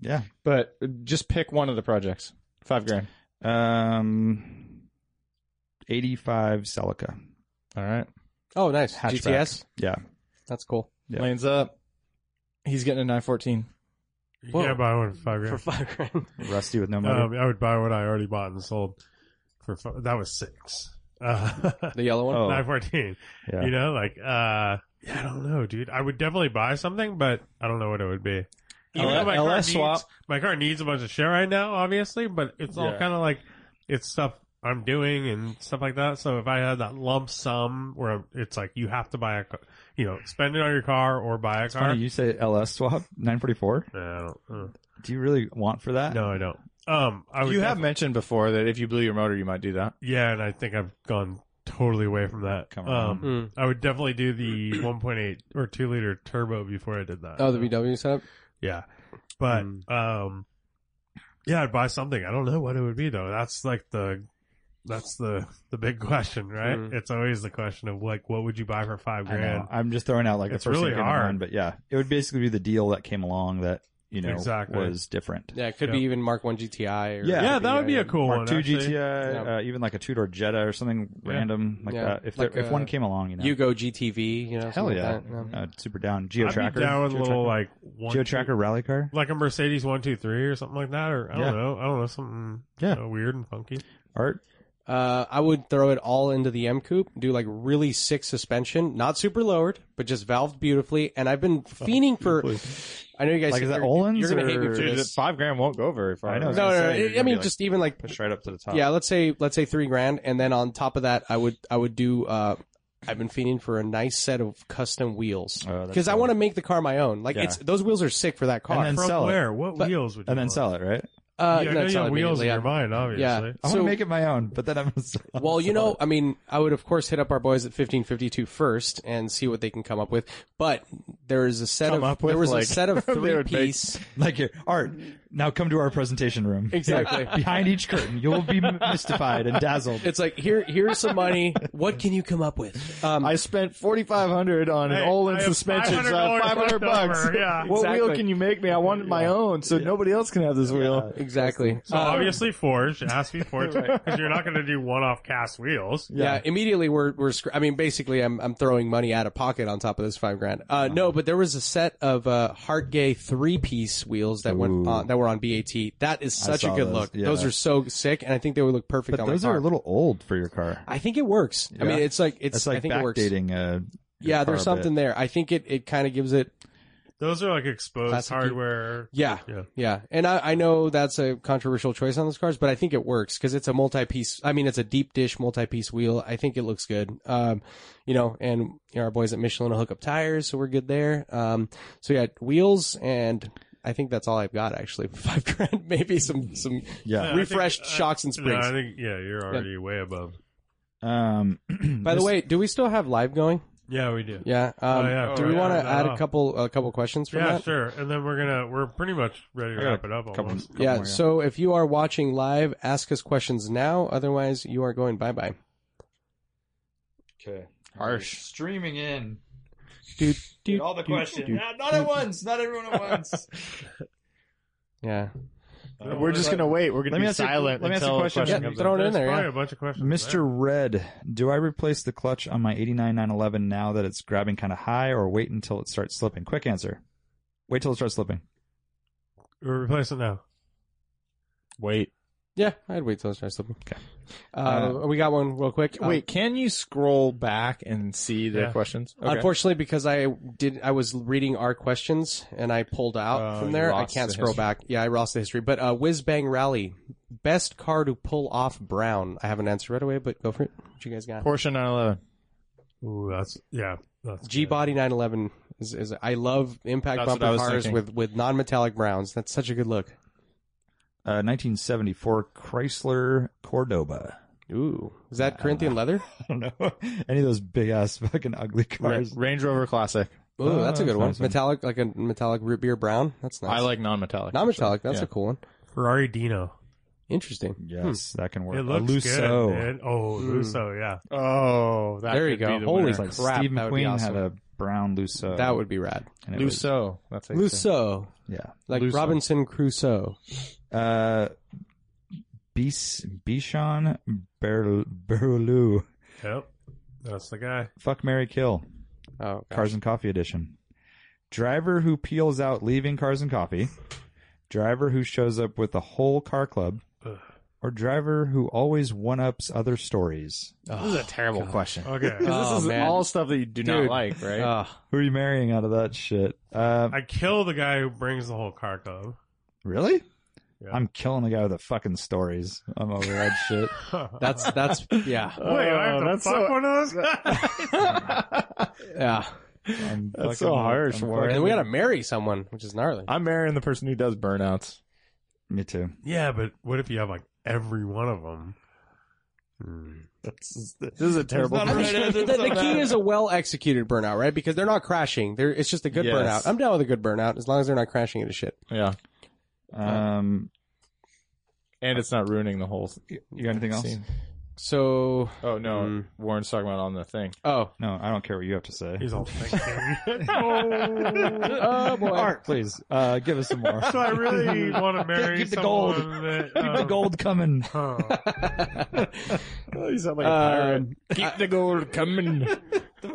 [SPEAKER 1] Yeah.
[SPEAKER 4] But uh, just pick one of the projects. Five grand.
[SPEAKER 1] Um, eighty-five Celica.
[SPEAKER 4] All right.
[SPEAKER 8] Oh, nice.
[SPEAKER 1] Hatchback.
[SPEAKER 8] GTS.
[SPEAKER 1] Yeah.
[SPEAKER 8] That's cool.
[SPEAKER 1] Yeah.
[SPEAKER 4] Lane's up. He's getting a 914.
[SPEAKER 5] You
[SPEAKER 8] Whoa.
[SPEAKER 5] can't buy one for five
[SPEAKER 8] For
[SPEAKER 5] grand.
[SPEAKER 8] five grand.
[SPEAKER 1] Rusty with no motor.
[SPEAKER 5] Um, I would buy what I already bought and sold for fi- that was six. Uh,
[SPEAKER 8] The yellow one.
[SPEAKER 1] Oh.
[SPEAKER 5] nine fourteen.
[SPEAKER 1] yeah.
[SPEAKER 5] You know, like uh, yeah, I don't know, dude. I would definitely buy something, but I don't know what it would be. Even
[SPEAKER 4] L-
[SPEAKER 5] though my
[SPEAKER 4] LS
[SPEAKER 5] car
[SPEAKER 4] swap.
[SPEAKER 5] needs my car needs a bunch of shit right now, obviously, but it's all
[SPEAKER 4] Yeah.
[SPEAKER 5] kind of like it's stuff I'm doing and stuff like that. So if I had that lump sum where it's like you have to buy a, ca- you know, spend it on your car or buy a
[SPEAKER 1] It's
[SPEAKER 5] car.
[SPEAKER 1] funny you say LS swap nine forty-four.
[SPEAKER 5] No, I don't- uh,
[SPEAKER 1] Do you really want for that?
[SPEAKER 5] no, I don't. Um, I would
[SPEAKER 4] Uh, You have
[SPEAKER 5] definitely-
[SPEAKER 4] mentioned before that if you blew your motor, you might do that.
[SPEAKER 5] Yeah, and I think I've gone totally away from that.
[SPEAKER 1] Come
[SPEAKER 5] um,
[SPEAKER 1] around.
[SPEAKER 8] Mm.
[SPEAKER 5] I would definitely do the 1.8 or 2 liter turbo before I did that.
[SPEAKER 8] Oh, the VW setup.
[SPEAKER 5] Yeah. But,
[SPEAKER 8] Mm.
[SPEAKER 5] um, yeah, I'd buy something. I don't know what it would be though. That's like the, that's the, the big question, right?
[SPEAKER 8] Mm.
[SPEAKER 5] It's always the question of like, what would you buy for five
[SPEAKER 1] I
[SPEAKER 5] grand?
[SPEAKER 1] know. I'm just throwing out like
[SPEAKER 5] It's
[SPEAKER 1] the first
[SPEAKER 5] really
[SPEAKER 1] thing that came to
[SPEAKER 5] hard.
[SPEAKER 1] mind, but yeah, it would basically be the deal that came along that you know
[SPEAKER 5] Exactly.
[SPEAKER 1] was different.
[SPEAKER 8] Yeah, it could be
[SPEAKER 5] Yeah.
[SPEAKER 8] even Mark One GTI. Or
[SPEAKER 1] Yeah. uh,
[SPEAKER 5] Yeah, that would be a
[SPEAKER 8] yeah.
[SPEAKER 5] cool one.
[SPEAKER 1] Mark II
[SPEAKER 5] actually.
[SPEAKER 1] GTI,
[SPEAKER 8] Yeah.
[SPEAKER 1] uh, even like a two door Jetta or something
[SPEAKER 5] Yeah.
[SPEAKER 1] random like
[SPEAKER 8] Yeah.
[SPEAKER 1] that. If
[SPEAKER 8] Like,
[SPEAKER 1] there, if
[SPEAKER 8] uh,
[SPEAKER 1] one came along, you know,
[SPEAKER 8] Yugo GTV. You know.
[SPEAKER 1] hell
[SPEAKER 8] something
[SPEAKER 1] yeah,
[SPEAKER 8] Like that.
[SPEAKER 1] Uh, super down. Geo
[SPEAKER 5] I'd
[SPEAKER 1] Tracker,
[SPEAKER 5] be down with a
[SPEAKER 1] Geo
[SPEAKER 5] little
[SPEAKER 1] Tracker?
[SPEAKER 5] like one,
[SPEAKER 1] Geo
[SPEAKER 5] two-
[SPEAKER 1] Tracker rally car.
[SPEAKER 5] like a Mercedes 123 or something like that, or I don't
[SPEAKER 1] Yeah.
[SPEAKER 5] know. I don't know. Something
[SPEAKER 1] Yeah.
[SPEAKER 5] uh, weird and funky.
[SPEAKER 1] Art,
[SPEAKER 8] Uh, I would throw it all into the M coupe, do like really sick suspension, not super lowered, but just valved beautifully. And I've been fiending for. I know you
[SPEAKER 1] Oh, Like, is
[SPEAKER 8] guys think
[SPEAKER 1] that
[SPEAKER 8] you're-
[SPEAKER 1] Olin's
[SPEAKER 8] You're gonna hate me
[SPEAKER 1] or-
[SPEAKER 8] for
[SPEAKER 4] Dude,
[SPEAKER 8] this.
[SPEAKER 4] five grand won't go very far.
[SPEAKER 1] I know.
[SPEAKER 8] No,
[SPEAKER 1] was
[SPEAKER 8] no,
[SPEAKER 1] gonna
[SPEAKER 8] no.
[SPEAKER 1] say, you're
[SPEAKER 8] I
[SPEAKER 1] gonna
[SPEAKER 8] mean,
[SPEAKER 1] be
[SPEAKER 8] just even like
[SPEAKER 1] push right up to the top.
[SPEAKER 8] yeah, let's say let's say three grand, and then on top of that, I would I would do. Uh, I've been fiending for a nice set of custom wheels
[SPEAKER 1] Oh, that's
[SPEAKER 8] because I
[SPEAKER 1] cool.
[SPEAKER 8] want to make the car my own. Like
[SPEAKER 1] Yeah.
[SPEAKER 8] it's those wheels are sick for that car.
[SPEAKER 1] And
[SPEAKER 5] From
[SPEAKER 1] sell it.
[SPEAKER 5] where? What
[SPEAKER 8] But-
[SPEAKER 5] wheels would you
[SPEAKER 1] and then
[SPEAKER 5] want?
[SPEAKER 1] sell it, right?
[SPEAKER 8] Uh,
[SPEAKER 5] yeah, I
[SPEAKER 8] no,
[SPEAKER 5] know
[SPEAKER 8] it's
[SPEAKER 5] you
[SPEAKER 8] not
[SPEAKER 5] have wheels in
[SPEAKER 8] immediately,
[SPEAKER 5] your mind, obviously.
[SPEAKER 8] yeah.
[SPEAKER 1] I
[SPEAKER 8] So-
[SPEAKER 1] want to make it my own, but then I'm gonna sell it.
[SPEAKER 8] Well, you know, I mean, I would of course hit up our boys at 1552 first and see what they can come up with. But there is a set
[SPEAKER 4] Come
[SPEAKER 8] of
[SPEAKER 4] up with,
[SPEAKER 8] there was
[SPEAKER 4] like,
[SPEAKER 8] a set of
[SPEAKER 4] they
[SPEAKER 8] three
[SPEAKER 4] would make-
[SPEAKER 8] piece.
[SPEAKER 1] like here, Art. Now come to our presentation room.
[SPEAKER 8] Exactly.
[SPEAKER 1] behind each curtain, you'll be mystified and dazzled.
[SPEAKER 8] It's like here here's some money. What can you come up with? Um,
[SPEAKER 4] I spent forty five hundred on an
[SPEAKER 5] Hey,
[SPEAKER 4] Olin
[SPEAKER 5] I have
[SPEAKER 1] uh,
[SPEAKER 4] suspension, so
[SPEAKER 5] $500
[SPEAKER 4] five hundred bucks.
[SPEAKER 5] leftover, yeah.
[SPEAKER 4] What wheel
[SPEAKER 8] Exactly.
[SPEAKER 4] can you make me? I wanted my own, so nobody else can have this wheel.
[SPEAKER 8] exactly. Uh,
[SPEAKER 5] So obviously forged. It has to be forged because you're not going to do one-off cast wheels.
[SPEAKER 8] yeah. immediately we're we're. Scr- I mean, basically, I'm I'm throwing money out of pocket on top of this five grand. Uh, no, but there was a set of uh, Hartgay three piece wheels that went
[SPEAKER 1] Ooh.
[SPEAKER 8] on, that were on BAT. That is such a
[SPEAKER 1] saw
[SPEAKER 8] good
[SPEAKER 1] those,
[SPEAKER 8] look.
[SPEAKER 1] yeah.
[SPEAKER 8] Those are so sick, and I think they would look perfect.
[SPEAKER 1] but
[SPEAKER 8] on my
[SPEAKER 1] those are
[SPEAKER 8] car.
[SPEAKER 1] a little old for your car.
[SPEAKER 8] I think it works. I mean,
[SPEAKER 1] Yeah.
[SPEAKER 8] it's like it's.
[SPEAKER 1] That's like
[SPEAKER 8] I think it works.
[SPEAKER 1] backdating. Uh, your
[SPEAKER 8] Yeah,
[SPEAKER 1] car
[SPEAKER 8] there's
[SPEAKER 1] a bit.
[SPEAKER 8] something there. I think it, it kind of gives it.
[SPEAKER 5] Those are like exposed
[SPEAKER 8] Classic
[SPEAKER 5] hardware.
[SPEAKER 8] Yeah,
[SPEAKER 5] Yeah.
[SPEAKER 8] yeah. And I, I know that's a controversial choice on those cars, but I think it works because it's a multi-piece. I mean, it's a deep dish multi-piece wheel. I think it looks good. Um, you know, and you know, our boys at Michelin will hook up tires, so we're good there. Um, so yeah, wheels and I think that's all I've got actually. Five grand, maybe some some
[SPEAKER 1] Yeah.
[SPEAKER 5] I think-
[SPEAKER 8] refreshed
[SPEAKER 5] I-
[SPEAKER 8] shocks and
[SPEAKER 5] No,
[SPEAKER 8] springs.
[SPEAKER 5] I think yeah, you're already way above.
[SPEAKER 1] Um,
[SPEAKER 8] By the way, do we still have live going?
[SPEAKER 5] Yeah, we do.
[SPEAKER 8] Yeah. Um,
[SPEAKER 5] Oh, yeah.
[SPEAKER 8] Do we
[SPEAKER 5] Alright,
[SPEAKER 8] want
[SPEAKER 5] I
[SPEAKER 8] to
[SPEAKER 5] don't
[SPEAKER 8] add
[SPEAKER 5] know.
[SPEAKER 8] a couple a couple questions from
[SPEAKER 5] Yeah,
[SPEAKER 8] that?
[SPEAKER 5] sure. And then we're gonna we're pretty much ready
[SPEAKER 1] I
[SPEAKER 5] to
[SPEAKER 1] got a
[SPEAKER 5] wrap it up
[SPEAKER 1] couple-
[SPEAKER 5] almost.
[SPEAKER 1] couple
[SPEAKER 8] Yeah.
[SPEAKER 1] more,
[SPEAKER 8] So if you are watching live, ask us questions now. Otherwise, you are going bye bye.
[SPEAKER 1] okay.
[SPEAKER 4] Harsh.
[SPEAKER 1] Streaming in.
[SPEAKER 8] Dude,
[SPEAKER 1] Get all the questions. Not- not at once. Not everyone at once.
[SPEAKER 8] Yeah.
[SPEAKER 7] We're just gonna wait. We're gonna
[SPEAKER 1] Let me
[SPEAKER 7] be
[SPEAKER 1] ask you-
[SPEAKER 7] silent
[SPEAKER 1] let me ask you a
[SPEAKER 7] until
[SPEAKER 1] question.
[SPEAKER 7] the question
[SPEAKER 8] Yeah,
[SPEAKER 7] comes
[SPEAKER 8] throw
[SPEAKER 7] up.
[SPEAKER 8] it in
[SPEAKER 5] There's
[SPEAKER 8] there.
[SPEAKER 5] probably
[SPEAKER 8] Yeah.
[SPEAKER 5] a bunch of questions.
[SPEAKER 1] Mr. Red, do I replace the clutch on my 89 911 now that it's grabbing kind of high or wait until it starts slipping? Quick answer. Wait till it starts slipping.
[SPEAKER 5] We're replacing now.
[SPEAKER 4] Wait.
[SPEAKER 8] Yeah. I'd wait till it starts slipping. Okay. Uh, we got one real quick. Um,
[SPEAKER 4] Wait, can you scroll back and see the
[SPEAKER 5] Yeah.
[SPEAKER 4] questions?
[SPEAKER 8] Uh, Unfortunately, because I did, I was reading our questions and I pulled out
[SPEAKER 4] Oh,
[SPEAKER 8] from
[SPEAKER 4] you
[SPEAKER 8] there. I
[SPEAKER 4] lost
[SPEAKER 8] can't
[SPEAKER 4] the
[SPEAKER 8] scroll
[SPEAKER 4] history.
[SPEAKER 8] back. Yeah, I lost the history. But uh, Whiz Bang Rally, best car to pull off Brown. I have an answer right away, but go for it. What you guys got?
[SPEAKER 4] Porsche 911.
[SPEAKER 5] Ooh, that's yeah. That's
[SPEAKER 8] G Body 911 is, is I love impact
[SPEAKER 4] That's what I
[SPEAKER 8] bumper
[SPEAKER 4] was
[SPEAKER 8] cars
[SPEAKER 4] thinking.
[SPEAKER 8] with with non metallic browns. That's such a good look.
[SPEAKER 1] Uh, 1974 Chrysler Cordoba.
[SPEAKER 8] Ooh, is that Corinthian leather?
[SPEAKER 1] I don't know. Any of those big ass fucking ugly cars.
[SPEAKER 4] Range Rover Classic.
[SPEAKER 8] Ooh,
[SPEAKER 1] Oh,
[SPEAKER 8] that's a good
[SPEAKER 1] that's
[SPEAKER 8] one.
[SPEAKER 1] nice one.
[SPEAKER 8] Metallic, like a metallic root beer brown. That's nice.
[SPEAKER 4] I like non-metallic.
[SPEAKER 8] non metallic. That's
[SPEAKER 4] yeah.
[SPEAKER 8] a cool one.
[SPEAKER 5] Ferrari Dino.
[SPEAKER 8] Interesting.
[SPEAKER 1] Yes, that can work.
[SPEAKER 5] It
[SPEAKER 1] A
[SPEAKER 5] looks
[SPEAKER 1] Lusso.
[SPEAKER 5] good. dude. Oh,
[SPEAKER 8] Mm.
[SPEAKER 5] Lusso, yeah.
[SPEAKER 4] Oh, that
[SPEAKER 8] There you
[SPEAKER 4] could be
[SPEAKER 8] go.
[SPEAKER 4] the
[SPEAKER 8] Holy
[SPEAKER 4] winner.
[SPEAKER 1] It's like
[SPEAKER 8] crap,
[SPEAKER 1] Steve
[SPEAKER 8] that would be
[SPEAKER 1] McQueen
[SPEAKER 8] awesome.
[SPEAKER 1] had a brown Lusso.
[SPEAKER 8] That would be rad.
[SPEAKER 1] and it was-
[SPEAKER 4] Lusso. That's how you say
[SPEAKER 8] Lusso,
[SPEAKER 1] yeah.
[SPEAKER 8] like
[SPEAKER 4] Lusso.
[SPEAKER 8] Robinson Crusoe.
[SPEAKER 1] Uh, Bis- Bichon Ber- Berlou.
[SPEAKER 5] Yep. That's the guy.
[SPEAKER 1] Fuck Mary Kill.
[SPEAKER 8] Oh, gosh.
[SPEAKER 1] Cars and Coffee Edition. Driver who peels out leaving Cars and Coffee. Driver who shows up with the whole car club.
[SPEAKER 5] Ugh.
[SPEAKER 1] Or driver who always one ups other stories.
[SPEAKER 4] it. This is a terrible question.
[SPEAKER 5] Okay.
[SPEAKER 8] Oh,
[SPEAKER 4] this is
[SPEAKER 8] man.
[SPEAKER 4] all stuff that you do
[SPEAKER 8] Dude.
[SPEAKER 4] not like, right?
[SPEAKER 8] Ah,
[SPEAKER 1] Who are you marrying out of that shit? Uh,
[SPEAKER 5] I kill the guy who brings the whole car club.
[SPEAKER 1] really?
[SPEAKER 5] Yeah.
[SPEAKER 1] I'm killing the guy with the fucking stories. I'm over that shit.
[SPEAKER 8] that's that's yeah
[SPEAKER 5] Wait, I have to fuck one of those guys?
[SPEAKER 8] yeah.
[SPEAKER 1] I'm
[SPEAKER 4] That's
[SPEAKER 1] fucking-
[SPEAKER 4] so harsh,
[SPEAKER 1] I'm
[SPEAKER 4] Warren.
[SPEAKER 8] And
[SPEAKER 1] fucking-
[SPEAKER 8] we gotta marry someone, which is gnarly.
[SPEAKER 4] I'm marrying the person who does burnouts.
[SPEAKER 1] Me too.
[SPEAKER 5] yeah, but what if you have like every one of Hmm, them?
[SPEAKER 4] This is a terrible
[SPEAKER 8] I mean, the, the key is a well executed burnout, right? Because they're not crashing. They're, it's just a good
[SPEAKER 4] Yes.
[SPEAKER 8] burnout. I'm down with a good burnout as long as they're not crashing into shit.
[SPEAKER 4] Yeah.
[SPEAKER 1] Um,
[SPEAKER 4] And it's not ruining the whole
[SPEAKER 1] you got anything else?
[SPEAKER 4] scene.
[SPEAKER 8] So,
[SPEAKER 4] Oh, no.
[SPEAKER 8] Mm.
[SPEAKER 4] Warren's talking about on the thing.
[SPEAKER 8] oh,
[SPEAKER 1] No, I don't care what you have to say.
[SPEAKER 5] He's all thinking.
[SPEAKER 8] oh boy.
[SPEAKER 1] Art, please uh, give us some more.
[SPEAKER 5] so I really want to marry
[SPEAKER 1] Keep the gold.
[SPEAKER 5] someone that...
[SPEAKER 1] Keep the
[SPEAKER 5] um,
[SPEAKER 1] gold coming.
[SPEAKER 5] huh.
[SPEAKER 4] you sound like
[SPEAKER 8] Um,
[SPEAKER 4] Keep the gold coming.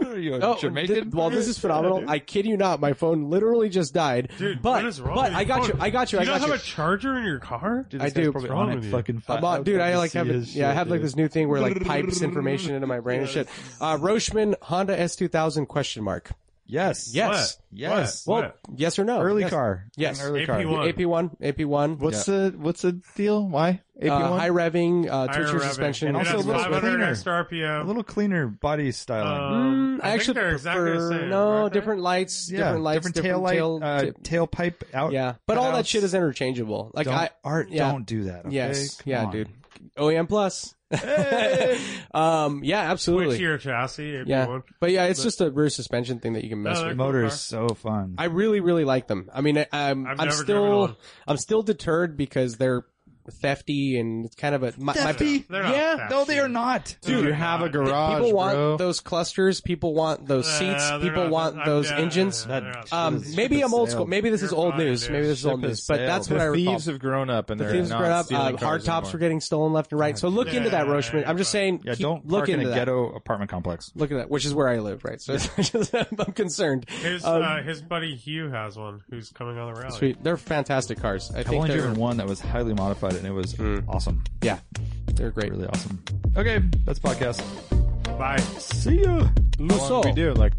[SPEAKER 1] Are you a
[SPEAKER 8] oh,
[SPEAKER 1] Jamaican?
[SPEAKER 8] thi- well, this is phenomenal. I kid you not, my phone literally just died.
[SPEAKER 5] Dude,
[SPEAKER 8] but
[SPEAKER 5] what is wrong
[SPEAKER 8] but
[SPEAKER 5] with
[SPEAKER 8] I
[SPEAKER 5] your
[SPEAKER 8] got you.
[SPEAKER 5] phone?
[SPEAKER 8] I got you.
[SPEAKER 5] You
[SPEAKER 8] I
[SPEAKER 5] don't
[SPEAKER 8] got
[SPEAKER 5] have
[SPEAKER 8] you.
[SPEAKER 5] a charger in your car?
[SPEAKER 1] Dude,
[SPEAKER 8] I
[SPEAKER 1] this guy's
[SPEAKER 8] do.
[SPEAKER 1] Probably
[SPEAKER 5] What's
[SPEAKER 1] on
[SPEAKER 5] wrong
[SPEAKER 1] it Uh,
[SPEAKER 5] with you?
[SPEAKER 1] fucking
[SPEAKER 8] I'm on, dude, I like have a- yeah, I have like this new thing where like pipes information into my brain and shit. Uh, Rocheman Honda S2000 question mark.
[SPEAKER 1] Yes.
[SPEAKER 8] Yes.
[SPEAKER 1] Yes.
[SPEAKER 5] What?
[SPEAKER 8] Well, yes or no?
[SPEAKER 1] Early
[SPEAKER 8] Yes.
[SPEAKER 1] car.
[SPEAKER 8] Yes.
[SPEAKER 1] An early car.
[SPEAKER 5] AP1.
[SPEAKER 8] AP1, AP1,
[SPEAKER 4] What's the what's the deal? Why? AP
[SPEAKER 8] uh, high revving, uh,
[SPEAKER 5] Higher
[SPEAKER 8] two-tier
[SPEAKER 5] revving.
[SPEAKER 8] suspension,
[SPEAKER 1] And
[SPEAKER 5] It
[SPEAKER 1] also
[SPEAKER 5] has
[SPEAKER 1] a little
[SPEAKER 5] 500
[SPEAKER 1] cleaner.
[SPEAKER 5] extra RPM.
[SPEAKER 1] A little cleaner body styling.
[SPEAKER 5] Um,
[SPEAKER 8] Mm, I, actually
[SPEAKER 5] think they're exactly the
[SPEAKER 8] prefer-
[SPEAKER 5] same,
[SPEAKER 8] no
[SPEAKER 5] aren't they?
[SPEAKER 8] different lights,
[SPEAKER 1] yeah.
[SPEAKER 8] different lights, different,
[SPEAKER 1] tail light,
[SPEAKER 8] tail.
[SPEAKER 1] uh,
[SPEAKER 8] tip.
[SPEAKER 1] tailpipe out.
[SPEAKER 8] yeah, Oh, but all that
[SPEAKER 1] cutouts.
[SPEAKER 8] shit is interchangeable. Like
[SPEAKER 1] Don't,
[SPEAKER 8] I,
[SPEAKER 1] art,
[SPEAKER 8] yeah.
[SPEAKER 1] don't do that. Okay?
[SPEAKER 8] yes,
[SPEAKER 1] Come
[SPEAKER 8] yeah,
[SPEAKER 1] on.
[SPEAKER 8] dude. OEM plus. um, yeah,
[SPEAKER 5] Switch
[SPEAKER 8] absolutely.
[SPEAKER 5] your chassis. AP1.
[SPEAKER 8] Yeah, but yeah, it's just a rear suspension thing that you can mess
[SPEAKER 5] No,
[SPEAKER 1] The
[SPEAKER 8] with.
[SPEAKER 1] motor is so fun.
[SPEAKER 8] I really, really like them. I mean, I, I'm,
[SPEAKER 5] I've
[SPEAKER 8] I'm
[SPEAKER 5] never driven
[SPEAKER 8] still,
[SPEAKER 5] one.
[SPEAKER 8] I'm still deterred because they're thefty and it's kind of a my, my-
[SPEAKER 1] Thefty?
[SPEAKER 5] They're not
[SPEAKER 8] yeah,
[SPEAKER 5] fast,
[SPEAKER 1] no, they are not.
[SPEAKER 5] Dude,
[SPEAKER 4] you have a garage,
[SPEAKER 8] people want
[SPEAKER 4] bro.
[SPEAKER 8] those clusters. People want those
[SPEAKER 5] Uh,
[SPEAKER 8] seats.
[SPEAKER 5] they're
[SPEAKER 8] people
[SPEAKER 5] not-
[SPEAKER 8] want
[SPEAKER 5] I'm
[SPEAKER 8] those
[SPEAKER 5] down.
[SPEAKER 8] engines.
[SPEAKER 5] They're
[SPEAKER 1] That-
[SPEAKER 5] not-
[SPEAKER 8] Um,
[SPEAKER 1] Ship
[SPEAKER 8] maybe
[SPEAKER 1] has
[SPEAKER 8] I'm old
[SPEAKER 1] sailed.
[SPEAKER 8] school. Maybe this is
[SPEAKER 5] You're
[SPEAKER 8] old
[SPEAKER 5] fine,
[SPEAKER 8] news.
[SPEAKER 5] dude.
[SPEAKER 8] Maybe this is old
[SPEAKER 1] Ship has
[SPEAKER 8] news. But that's
[SPEAKER 1] sailed.
[SPEAKER 8] what I
[SPEAKER 4] the
[SPEAKER 8] recall.
[SPEAKER 4] thieves have grown up and
[SPEAKER 8] The
[SPEAKER 4] they're
[SPEAKER 8] thieves
[SPEAKER 4] not
[SPEAKER 8] grown up.
[SPEAKER 4] stealing
[SPEAKER 8] Uh,
[SPEAKER 4] cars
[SPEAKER 8] hard tops
[SPEAKER 4] anymore.
[SPEAKER 8] were getting stolen left and right. So look
[SPEAKER 5] Yeah,
[SPEAKER 8] into that,
[SPEAKER 5] yeah,
[SPEAKER 8] Roshman.
[SPEAKER 5] yeah,
[SPEAKER 8] I'm just
[SPEAKER 5] yeah.
[SPEAKER 8] saying.
[SPEAKER 1] Yeah,
[SPEAKER 8] keep-
[SPEAKER 1] don't
[SPEAKER 8] look
[SPEAKER 1] park in
[SPEAKER 8] into
[SPEAKER 1] a
[SPEAKER 8] that.
[SPEAKER 1] ghetto apartment complex.
[SPEAKER 8] Look at that, which is where I live, right? So it's just- I'm concerned.
[SPEAKER 5] His
[SPEAKER 8] Um,
[SPEAKER 5] uh, his buddy Hugh has one who's coming on the rally.
[SPEAKER 8] Sweet, they're fantastic cars. I
[SPEAKER 1] I've
[SPEAKER 8] think
[SPEAKER 1] only
[SPEAKER 8] they're
[SPEAKER 1] driven one that was highly modified, and it was awesome.
[SPEAKER 8] yeah, they're great.
[SPEAKER 1] Really awesome. Okay, that's podcast.
[SPEAKER 5] Bye.
[SPEAKER 1] See ya.
[SPEAKER 4] How long did we do like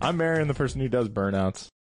[SPEAKER 4] I'm marrying the person who does burnouts.